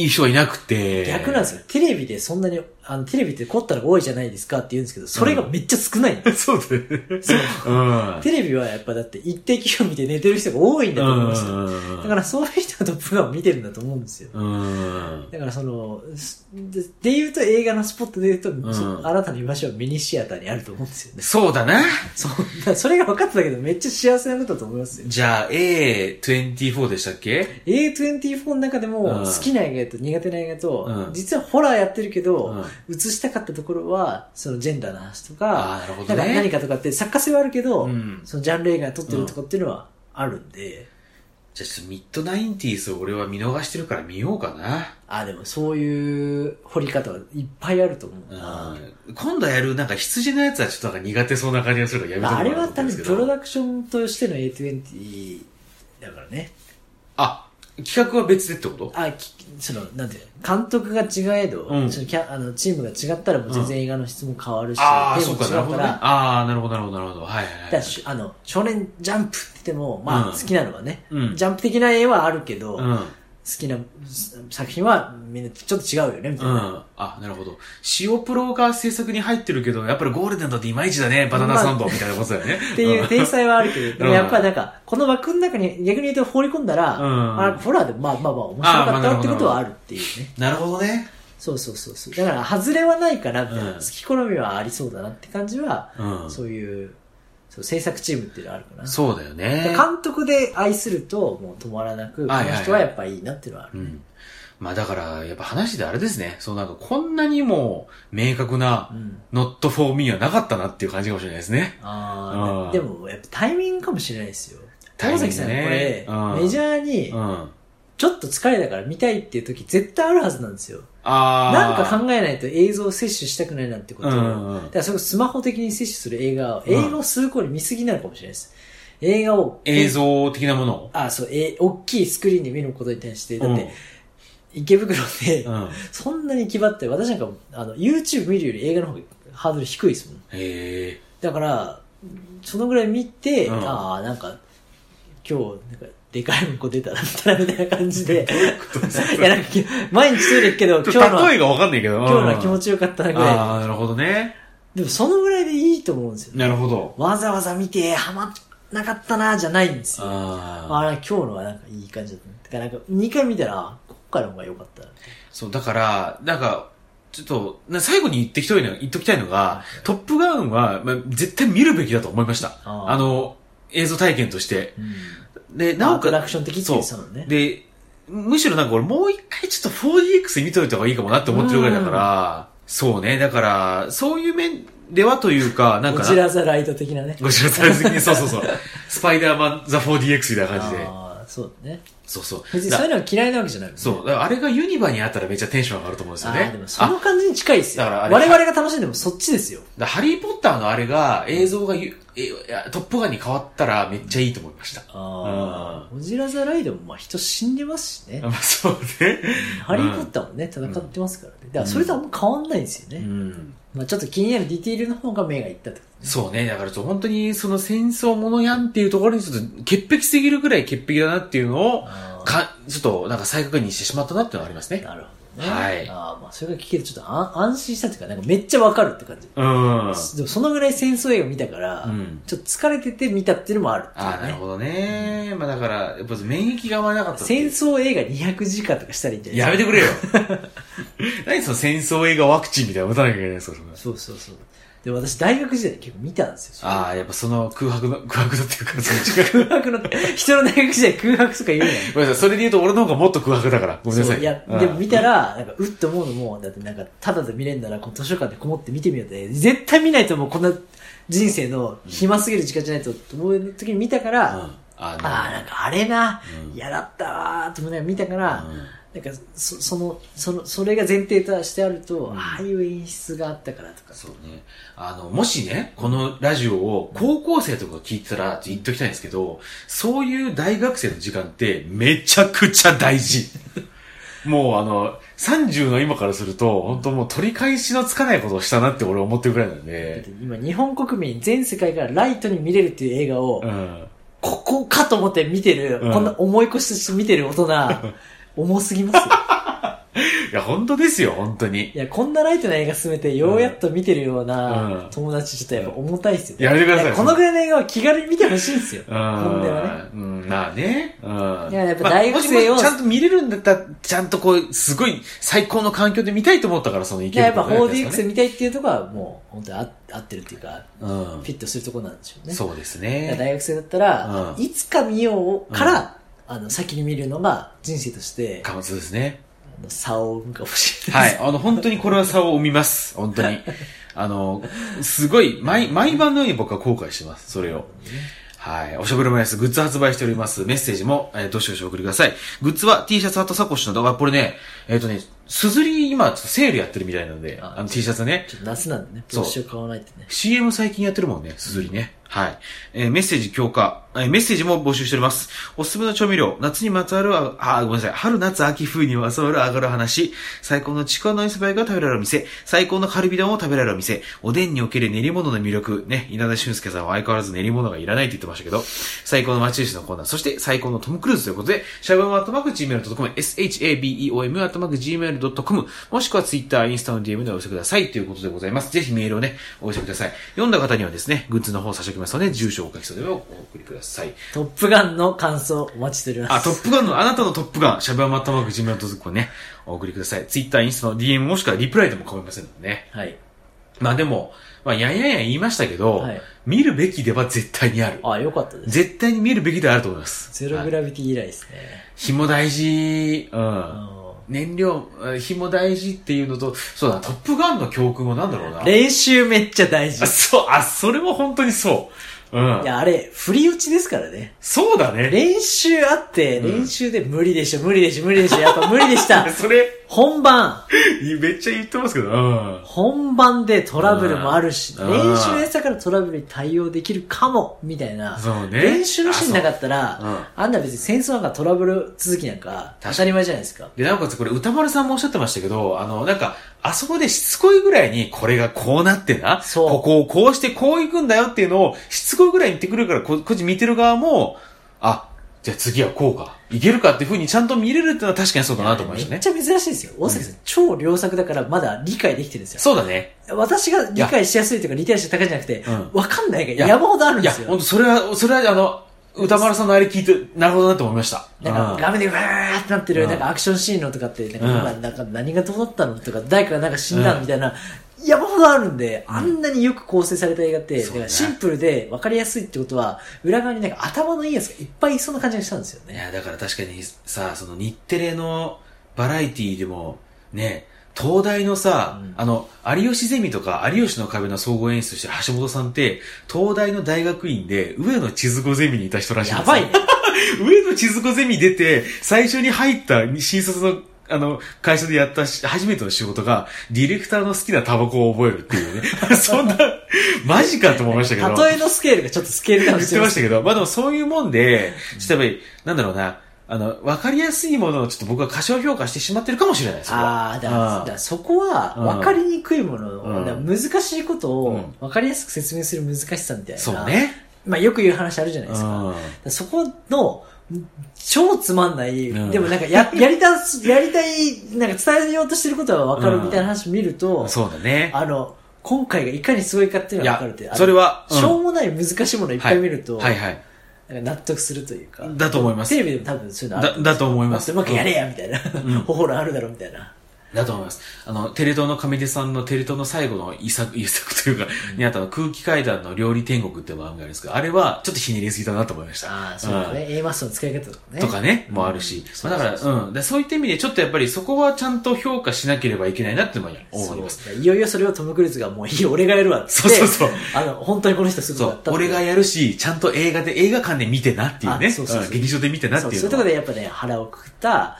S2: い人はいなくて。
S1: 逆なんですよ。テレビでそんなに、あの、テレビって凝ったのが多いじゃないですかって言うんですけど、それがめっちゃ少ないんで す。
S2: そうだよね。
S1: そ
S2: う
S1: う
S2: ん。
S1: テレビはやっぱだって一定期を見て寝てる人が多いんだと思うんですよ。
S2: うん。
S1: だからそういう人がトップガンを見てるんだと思うんですよ。
S2: うん。
S1: だからその、すでで言うと映画のスポットで言うと、
S2: ん
S1: そあなたの居場所はミニシアターにあると思うんです よね。
S2: そうだな。
S1: そう、だからそれが分かってたけどめっちゃ幸せなことだと思いますよ。
S2: じゃあ A24 でしたっけ
S1: A24 の中で
S2: う
S1: も
S2: ん
S1: 好きな映画と苦手な映画と、
S2: うん
S1: 実はホラーやってるけ
S2: う
S1: ど
S2: ん、
S1: 映したかったところは、そのジェンダーの話と
S2: あ
S1: か、
S2: あ、なるほ
S1: な
S2: ど
S1: んか
S2: ね。
S1: 何かとかって作家性はあるけど、
S2: うん
S1: そのジャンル映画撮ってるとかっていうのはあるんで、
S2: じゃあちょっとミッドナインティーズを俺は見逃してるから見ようかな。
S1: あ、でもそういう掘り方はいっぱいあると思うな。
S2: うん今度やるなんか羊のやつはちょっとなんか苦手そうな感じがするからやめ
S1: ま
S2: とこ
S1: あ、
S2: う
S1: あれ
S2: かな
S1: は
S2: と思
S1: 多
S2: うんです
S1: 分
S2: け
S1: プロ
S2: ど。
S1: ダクションとしての A20 だからね。
S2: あ、企画は別でってこと
S1: あ、きその、なんていうの監督が違えど、
S2: うん
S1: そのキャあのチームが違ったらもう全然映画の質も変わるし、
S2: ああ、
S1: テー
S2: そ
S1: マ
S2: うか、なるほ
S1: も違う
S2: ど
S1: から、
S2: ね。ああ、なるほど、なるほど、なるほど。はいはい
S1: だか
S2: は
S1: ら
S2: い。
S1: しあの、少年ジャンプって言っても、まあ、
S2: うん
S1: 好きなのはね、
S2: うん
S1: ジャンプ的な絵はあるけど、
S2: う
S1: 好
S2: ん。
S1: きなす作品はみんなちょっと違うよね、みたいうな。
S2: ん。あ、なるほど。塩プロが制作に入ってるけど、やっぱりゴールデンだっていまいちだね、バナナサンドみたいなことだよね。
S1: っていう天才はあるけど、でも
S2: うん
S1: やっぱなんか、この枠の中に逆に言うと放り込んだら、
S2: うん
S1: あホラーでもまあまあまあ面白かったってことはあるっていうね。
S2: なるほどね。
S1: そうそうそうそう。だから、外れはないかな、みたいな。
S2: うん
S1: 好き好みはありそうだなって感じは、
S2: うん。
S1: そういう、そう、制作チームっていうのはあるかな。
S2: そうだよね。
S1: 監督で愛すると、もう止まらなく、こ
S2: は
S1: の
S2: いはいはい
S1: 人はやっぱいいなっていうのはあ
S2: う
S1: る。
S2: ん。まあだから、やっぱ話であれですね。そうなんかこんなにも明確な
S1: う、ん。
S2: not for me はなかったなっていう感じかもしれないですね。
S1: あ
S2: うん
S1: あ、でも、やっぱタイミングかもしれないですよ。
S2: タイミ
S1: 大
S2: ングね
S1: 崎さん、これ、
S2: うん
S1: メジャーに
S2: う、ん。
S1: ちょっと疲れたから見たいっていう時絶対あるはずなんですよ。
S2: あー。
S1: なんか考えないと映像を摂取したくないなんてことを、
S2: うんうんうん
S1: だからそれをスマホ的に摂取する映画を、
S2: うん
S1: 映画を数個に見すぎなのかもしれないです。映画を、
S2: 映像的なものを。
S1: あ、そう、え、大きいスクリーンで見ることに対して、だ
S2: う
S1: っ
S2: ん
S1: て、池袋で、
S2: うん。
S1: そんなに気張って、私なんか、あの、YouTube 見るより映画の方がハードル 低いですもん。
S2: へえ。
S1: だから、そのぐらい見て、
S2: うん
S1: ああ、なんか、今日、なんか、でかいうんこ出たな、みたいな、みたいな感 じで。いや、なんか、毎日トイレ行くけど、
S2: ちょ
S1: 今
S2: っ
S1: 日
S2: と
S1: の、
S2: 例えがわかんないけど。
S1: 今日のは気持
S2: ち
S1: ちよかったな、ぐらい。
S2: ああ、なるほどね。
S1: でもそのぐらいでいいと思うんですよ。
S2: なるほど。
S1: わざわざ見て、ハマんなかったな、じゃないんですよ。
S2: ああ。
S1: ああ、今日のはなんかいい感じだった。てか、なんか、2回見たら、今回の方が良かった。
S2: そう、だから、なんか、ちょっと、な最後に言ってきたいの、言っときたいのが、トップガンは、まあ、絶対見るべきだと思いました。
S1: あ
S2: あ
S1: ー
S2: の、映像体験として。
S1: うん。
S2: で、な
S1: な
S2: お
S1: お
S2: かつ
S1: かアトラクション的って言ってたのね。
S2: で、むしろなんか俺もう一回ちょっと 4DX 見といた方がいいかもなって思ってるぐらいだから、そうね、だから、そういう面ではというか、なん
S1: ゴ
S2: か
S1: ジ
S2: な、
S1: ラザライト的なね。
S2: ごちらされずに、そうそうそう、スパイダーマンザ 4DX みたいな感じで、
S1: ああ、そうだね。
S2: そうそう。
S1: 別に
S2: だ
S1: そういうのが嫌いなわけじゃないもんね。
S2: そう。だからあれがユニバにあったらめっちゃテンション上がると思うんですよ
S1: あ
S2: ね
S1: ー。でもその感じに近いですよ。
S2: だからあ
S1: 我
S2: れ
S1: 々が楽しんでもそっちですよ。
S2: だハリー・ポッターのあれが、映像がゆ、えいやトップガンに変わったらめっちゃいいと思いました。
S1: ああ。ゴジラ・ザ・ライドもまあ人死んでますしね。
S2: まあそうね。
S1: ハリー・ポッターもね、戦ってますからね。だからそれとあんま変わんないんですよ
S2: う
S1: ね。
S2: ん。
S1: まあちょっと気になるディティールの方が目がいったってことね。
S2: そうね。だからちょっと本当にその戦争ものやんっていうところにちょっと潔癖すぎるくらい潔癖だなっていうのを、
S1: あー
S2: か、ちょっとなんか再確認してしまったなっていうのはありますね。
S1: なるほどね。
S2: はい
S1: ああ、まあそれが聞けるとちょっとあ安心したっていうか、なんかめっちゃわかるって感じ。
S2: うん。
S1: でもそのぐらい戦争映画見たから、
S2: うん
S1: ちょっと疲れてて見たっていうのもあるっていうね
S2: ああ、なるほどね。まあだから、やっぱ免疫があまりなかったってい
S1: 戦
S2: う
S1: 争映画200時間とかしたらいいんじゃない
S2: やめ
S1: で
S2: てくれよ。 何その戦争映画ワクチンみたいなの打たなきゃいけないんですかそれ
S1: すか。そうそうそう。で、私大学時代に結構見たんですよ。
S2: ああ、やっぱその空白の、空白だっていうか、その時間
S1: 空白の、人の大学時代空白とか言うなよ。
S2: ごめんなさい、それで言うと俺の方がもっと空白だから。ごめんなさ
S1: そう
S2: い。
S1: いや、
S2: うん
S1: でも見たら、なんか、うっと思うのも、だってなんか、ただで見れんなら、この図書館でこもって見てみようって、絶対見ないともうこんな人生の暇すぎる時間じゃないと、思う時に見たか
S2: う
S1: ら、
S2: んあ
S1: ああ、なんかあれな、
S2: うん
S1: 嫌だったわーと思いながら見たから、
S2: うん
S1: なんかそ、その、その、それが前提としてあると、
S2: ん
S1: ああいう演出があったからとか。
S2: そうね。あの、もしね、このラジオを高校生とかが聞いてたら言っときたいんですけど、そういう大学生の時間ってめちゃくちゃ大事。 もうあの、30の今からすると、本当もう取り返しのつかないことをしたなって俺思ってるくらいなん
S1: だっ
S2: で
S1: て、今、日本国民全世界からライトに見れるっていう映画を、
S2: うん。
S1: ここかと思って見てる、
S2: うん
S1: こんな重い腰として見てる大人、重すぎますよ。
S2: いや、本当ですよ、本当に。
S1: いや、こんなライトな映画進めて、ようやっと見てるよう
S2: う
S1: なん友達、ちょっとやっぱ重たいっすよね。
S2: やめてください
S1: やこのぐらいの映画は気軽に見てほしいんですよ。
S2: う
S1: 本
S2: ん
S1: 音はね。
S2: うん、まあね。うん。
S1: いややっぱ大学生を
S2: まあもしもしちゃんと見れるんだったら、ちゃんとこう、すごい最高の環境で見たいと思ったから、その意見
S1: いや、やっぱ
S2: です
S1: 4DX
S2: ね。
S1: 見たいっていうところはもう、本当に合合ってるっていうか、
S2: うん
S1: フィ。ットするところなんでしょうね。
S2: そうです
S1: だから
S2: ね。
S1: 大学生だったら、
S2: うん
S1: いつか見ようから、あの、先に見るのが人生として、
S2: 貨物ですね。
S1: あの差を生むかもしれな
S2: は
S1: い。
S2: い。 あの、本当にこれは差を生みます。本当に。あの、すごい、毎、毎晩のように僕は後悔してます。それを。はい。おしゃべりもやすグッズ発売しております。メッセージも、えーどしどしお送りください。グッズは T シャツ、ハット、サコッシュなど、あこれね、えっ、とね、すずり、今、ちょっとセールやってるみたいなので、
S1: あ
S2: あの T シャツね。
S1: ちょっと夏なんでね、
S2: そう
S1: 帽子を買わないとね。
S2: CM 最近やってるもんね、すずりね。はい。えーメッセージ強化、えーメッセージも募集しております。おすすめの調味料、夏にまつわるあ、あ、ごめんなさい、春夏秋冬にまつわる上がる話、最高のちくわのイスバイが食べられるお店、最高のカルビ丼を食べられるお店、おでんにおける練り物の魅力、ね、稲田俊介さんは相変わらず練り物がいらないって言ってましたけど、最高の町吉のコーナー、そして最高のトム・クルーズということで、シャブンアットマーク Gmail.com、shabeom アットマーク Gmail.com、もしくは Twitter、インスタの DM でお寄せくださいということでございます。ぜひメールをね、お寄せください。読んだ方にはですね、グッズの方を差し上げますので、住所をお書き添えをお送りください。
S1: トップガンの感想お待ちしております。
S2: あ、トップガンの、あなたのトップガン、シャブンアットマーク Gmail.com ね、お送りください。Twitter、インスタの DM もしくはリプライでも構いませんのでね。
S1: はい。
S2: まあでも、まあ、やんやんやん言いましたけど、
S1: はい
S2: 見るべきでは絶対にある。
S1: あ、よかったです。
S2: 絶対に見るべきではあると思います。
S1: ゼロ
S2: は
S1: グ
S2: い
S1: ラビティ以来ですね。
S2: 日も大事、うん。
S1: あ
S2: 燃料、うん日も大事っていうのと、そうだ、トップガンの教訓もなんだろうな
S1: の。練習めっちゃ大事
S2: あ、。そう、あ、それも本当にそう。うん
S1: い。や、あれ、振り打ちですからね。
S2: そうだね。
S1: 練習あって、
S2: うん
S1: 練習で無理でしょ、無理でしょ、無理でしょ、やっぱ無理で した。
S2: それ、
S1: 本番、
S2: めっちゃ言ってますけど、うん。
S1: 本番でトラブルもあるし、
S2: うん
S1: 練習でしたからトラブルに対応できるかも、みたいな。
S2: そうね。
S1: 練習のシーンなか
S2: った。
S1: ったら、
S2: そううん
S1: あんな別に戦争なんかトラブル続きなんか当たり前じゃないですか。
S2: で、なおかつこれ、歌丸さんもおっしゃってましたけど、あの、なんか、あそこでしつこいぐらいに、これがこうなってな、
S1: そう
S2: ここをこうしてこう行くんだよっていうのを、しつこいぐらいに言ってくれるから、ここっち見てる側も、あ、じゃあ次はこうか、いけるかっていうふうにちゃんと見れるっていうのは確かにそうだなと思いました
S1: めっ
S2: ね。
S1: ちゃ珍しいですよ。大崎さん、超良作だからまだ理解できてるんですよ。
S2: そうだね。
S1: 私が理解しやすいとかリテラシー高いじゃなくて、
S2: うん
S1: わかんない
S2: い
S1: が
S2: や
S1: 山ほどあるん
S2: い
S1: で
S2: や、
S1: す
S2: ほん
S1: よ。
S2: と、それは、それは、あの、歌丸さんのあれ聞いて、なるほどなと思いました。
S1: なんか画面でうわーってなってる、
S2: うん
S1: なんかアクションシーンのとかって、なんか,、
S2: うん
S1: なんか何がどうだったのとか、誰かがなんか死んだのみたいな、山ほどあるんで、あんなによく構成された映画って、
S2: そう
S1: だ
S2: ね
S1: からシンプルで分かりやすいってことは、裏側になんか頭のいいやつがいっぱいいそうな感じがしたんですよ
S2: うんい
S1: ね。
S2: や、だから確かにさ、その日テレのバラエティでも、ね、東大のさ、
S1: うん
S2: あの、有吉ゼミとか、有吉の壁の総合演出してる橋本さんって、東大の大学院で、上野千鶴子ゼミにいた人らしいん
S1: や
S2: ですよ
S1: ばいね。
S2: 上野千雫ゼミ出て、最初に入った新卒の、あの、会社でやったし初めての仕事が、ディレクターの好きなタバコを覚えるっていうね。 そんな、マジかと思いましたけど。
S1: 例えのスケールがちょっとスケールダウン
S2: 言っ
S1: して
S2: て
S1: ま
S2: ま
S1: し
S2: したたけど、まあでもそういうもんで、ちょっとやっぱり、なんだろうな、あの、わかりやすいものをちょっと僕は過小評価してしまってるかもしれないです
S1: ああ、だからだからそこは
S2: うん
S1: 分かりにくいもの、
S2: うん
S1: だから難しいこと
S2: う
S1: を
S2: ん
S1: 分かりやすく説明する難しさみたいな。
S2: そうね。
S1: まあよく言う話あるじゃないですか。だか
S2: うん
S1: らそこの、超つまんない、
S2: うん
S1: でもなんかや やりた、やりたい、なんか伝えようとしてることは分かるみたいな話見ると、
S2: そうだね。
S1: あの、今回がいかにすごいかっていう
S2: い
S1: のが分
S2: や
S1: かるって。あ、の
S2: それは、うん
S1: しょうもない難しいものいっぱい見ると、
S2: はいはい。
S1: なんか納得するというか。
S2: だと思います
S1: テレビでも多分そういうのある
S2: だ、だと思います。
S1: うまくやれや、みたいな。
S2: ん
S1: 方法論あるだろ、みたいな。
S2: だと思います。あの、テレ東の上出さんのテレ東の最後の遺作、遺作というか、にあったの空気階段の料理天国って番組があるんですけど、あれはちょっとひねりすぎだなと思いました。
S1: ああ、そうだね。A マストの使い方とかね。
S2: とかね、もあるし。まあだから、うん。でそういった意味で、ちょっとやっぱりそこはちゃんと評価しなければいけないなって思い
S1: そ
S2: ま
S1: う
S2: す。
S1: いよいよそれをトム・クルーズがもういいよ、俺がやるわって。
S2: そうそうそう。
S1: あの、本当にこの人すご
S2: そ
S1: かっ
S2: う
S1: た。。
S2: 俺が
S1: や
S2: やるし、ちゃんと映画で、映画館で見てなっていうね。
S1: あそうそうそう
S2: うん劇場で見てなって
S1: そう
S2: いう
S1: そういうと
S2: の
S1: こ
S2: は
S1: ろでやっぱね、腹をくくった、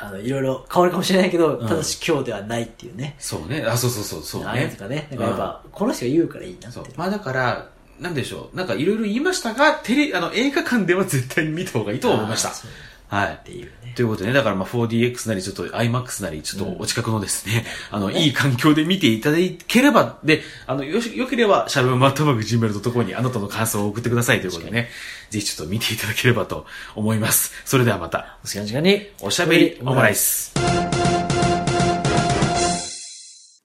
S1: あの、いろいろ変わるかもしれないけど、
S2: うん
S1: ただし今日ではないっていうね。
S2: そうね。あ、そうそうそう、そう
S1: あれ
S2: ね
S1: と。かね。なんかやっぱ、この人が言うからいいなって
S2: そう
S1: いう。。
S2: まあだから、なんでしょう。なんかいろいろ言いましたが、テレ、あの、映画館では絶対に見た方がいいと思いまし。
S1: あーそうった
S2: はい。
S1: ていうね。
S2: ということでね、だからまあ 4DX なりちょっと IMAX なりちょっとお近くのですね、あの、いい環境で見ていただければ、で、あの、よし、よければ、シャルムマットマグジンベルのところにあなたの感想を送ってくださいということでね、ぜひちょっと見ていただければと思います。それではまた、
S1: お時間時間に、
S2: おしゃべりオムライス。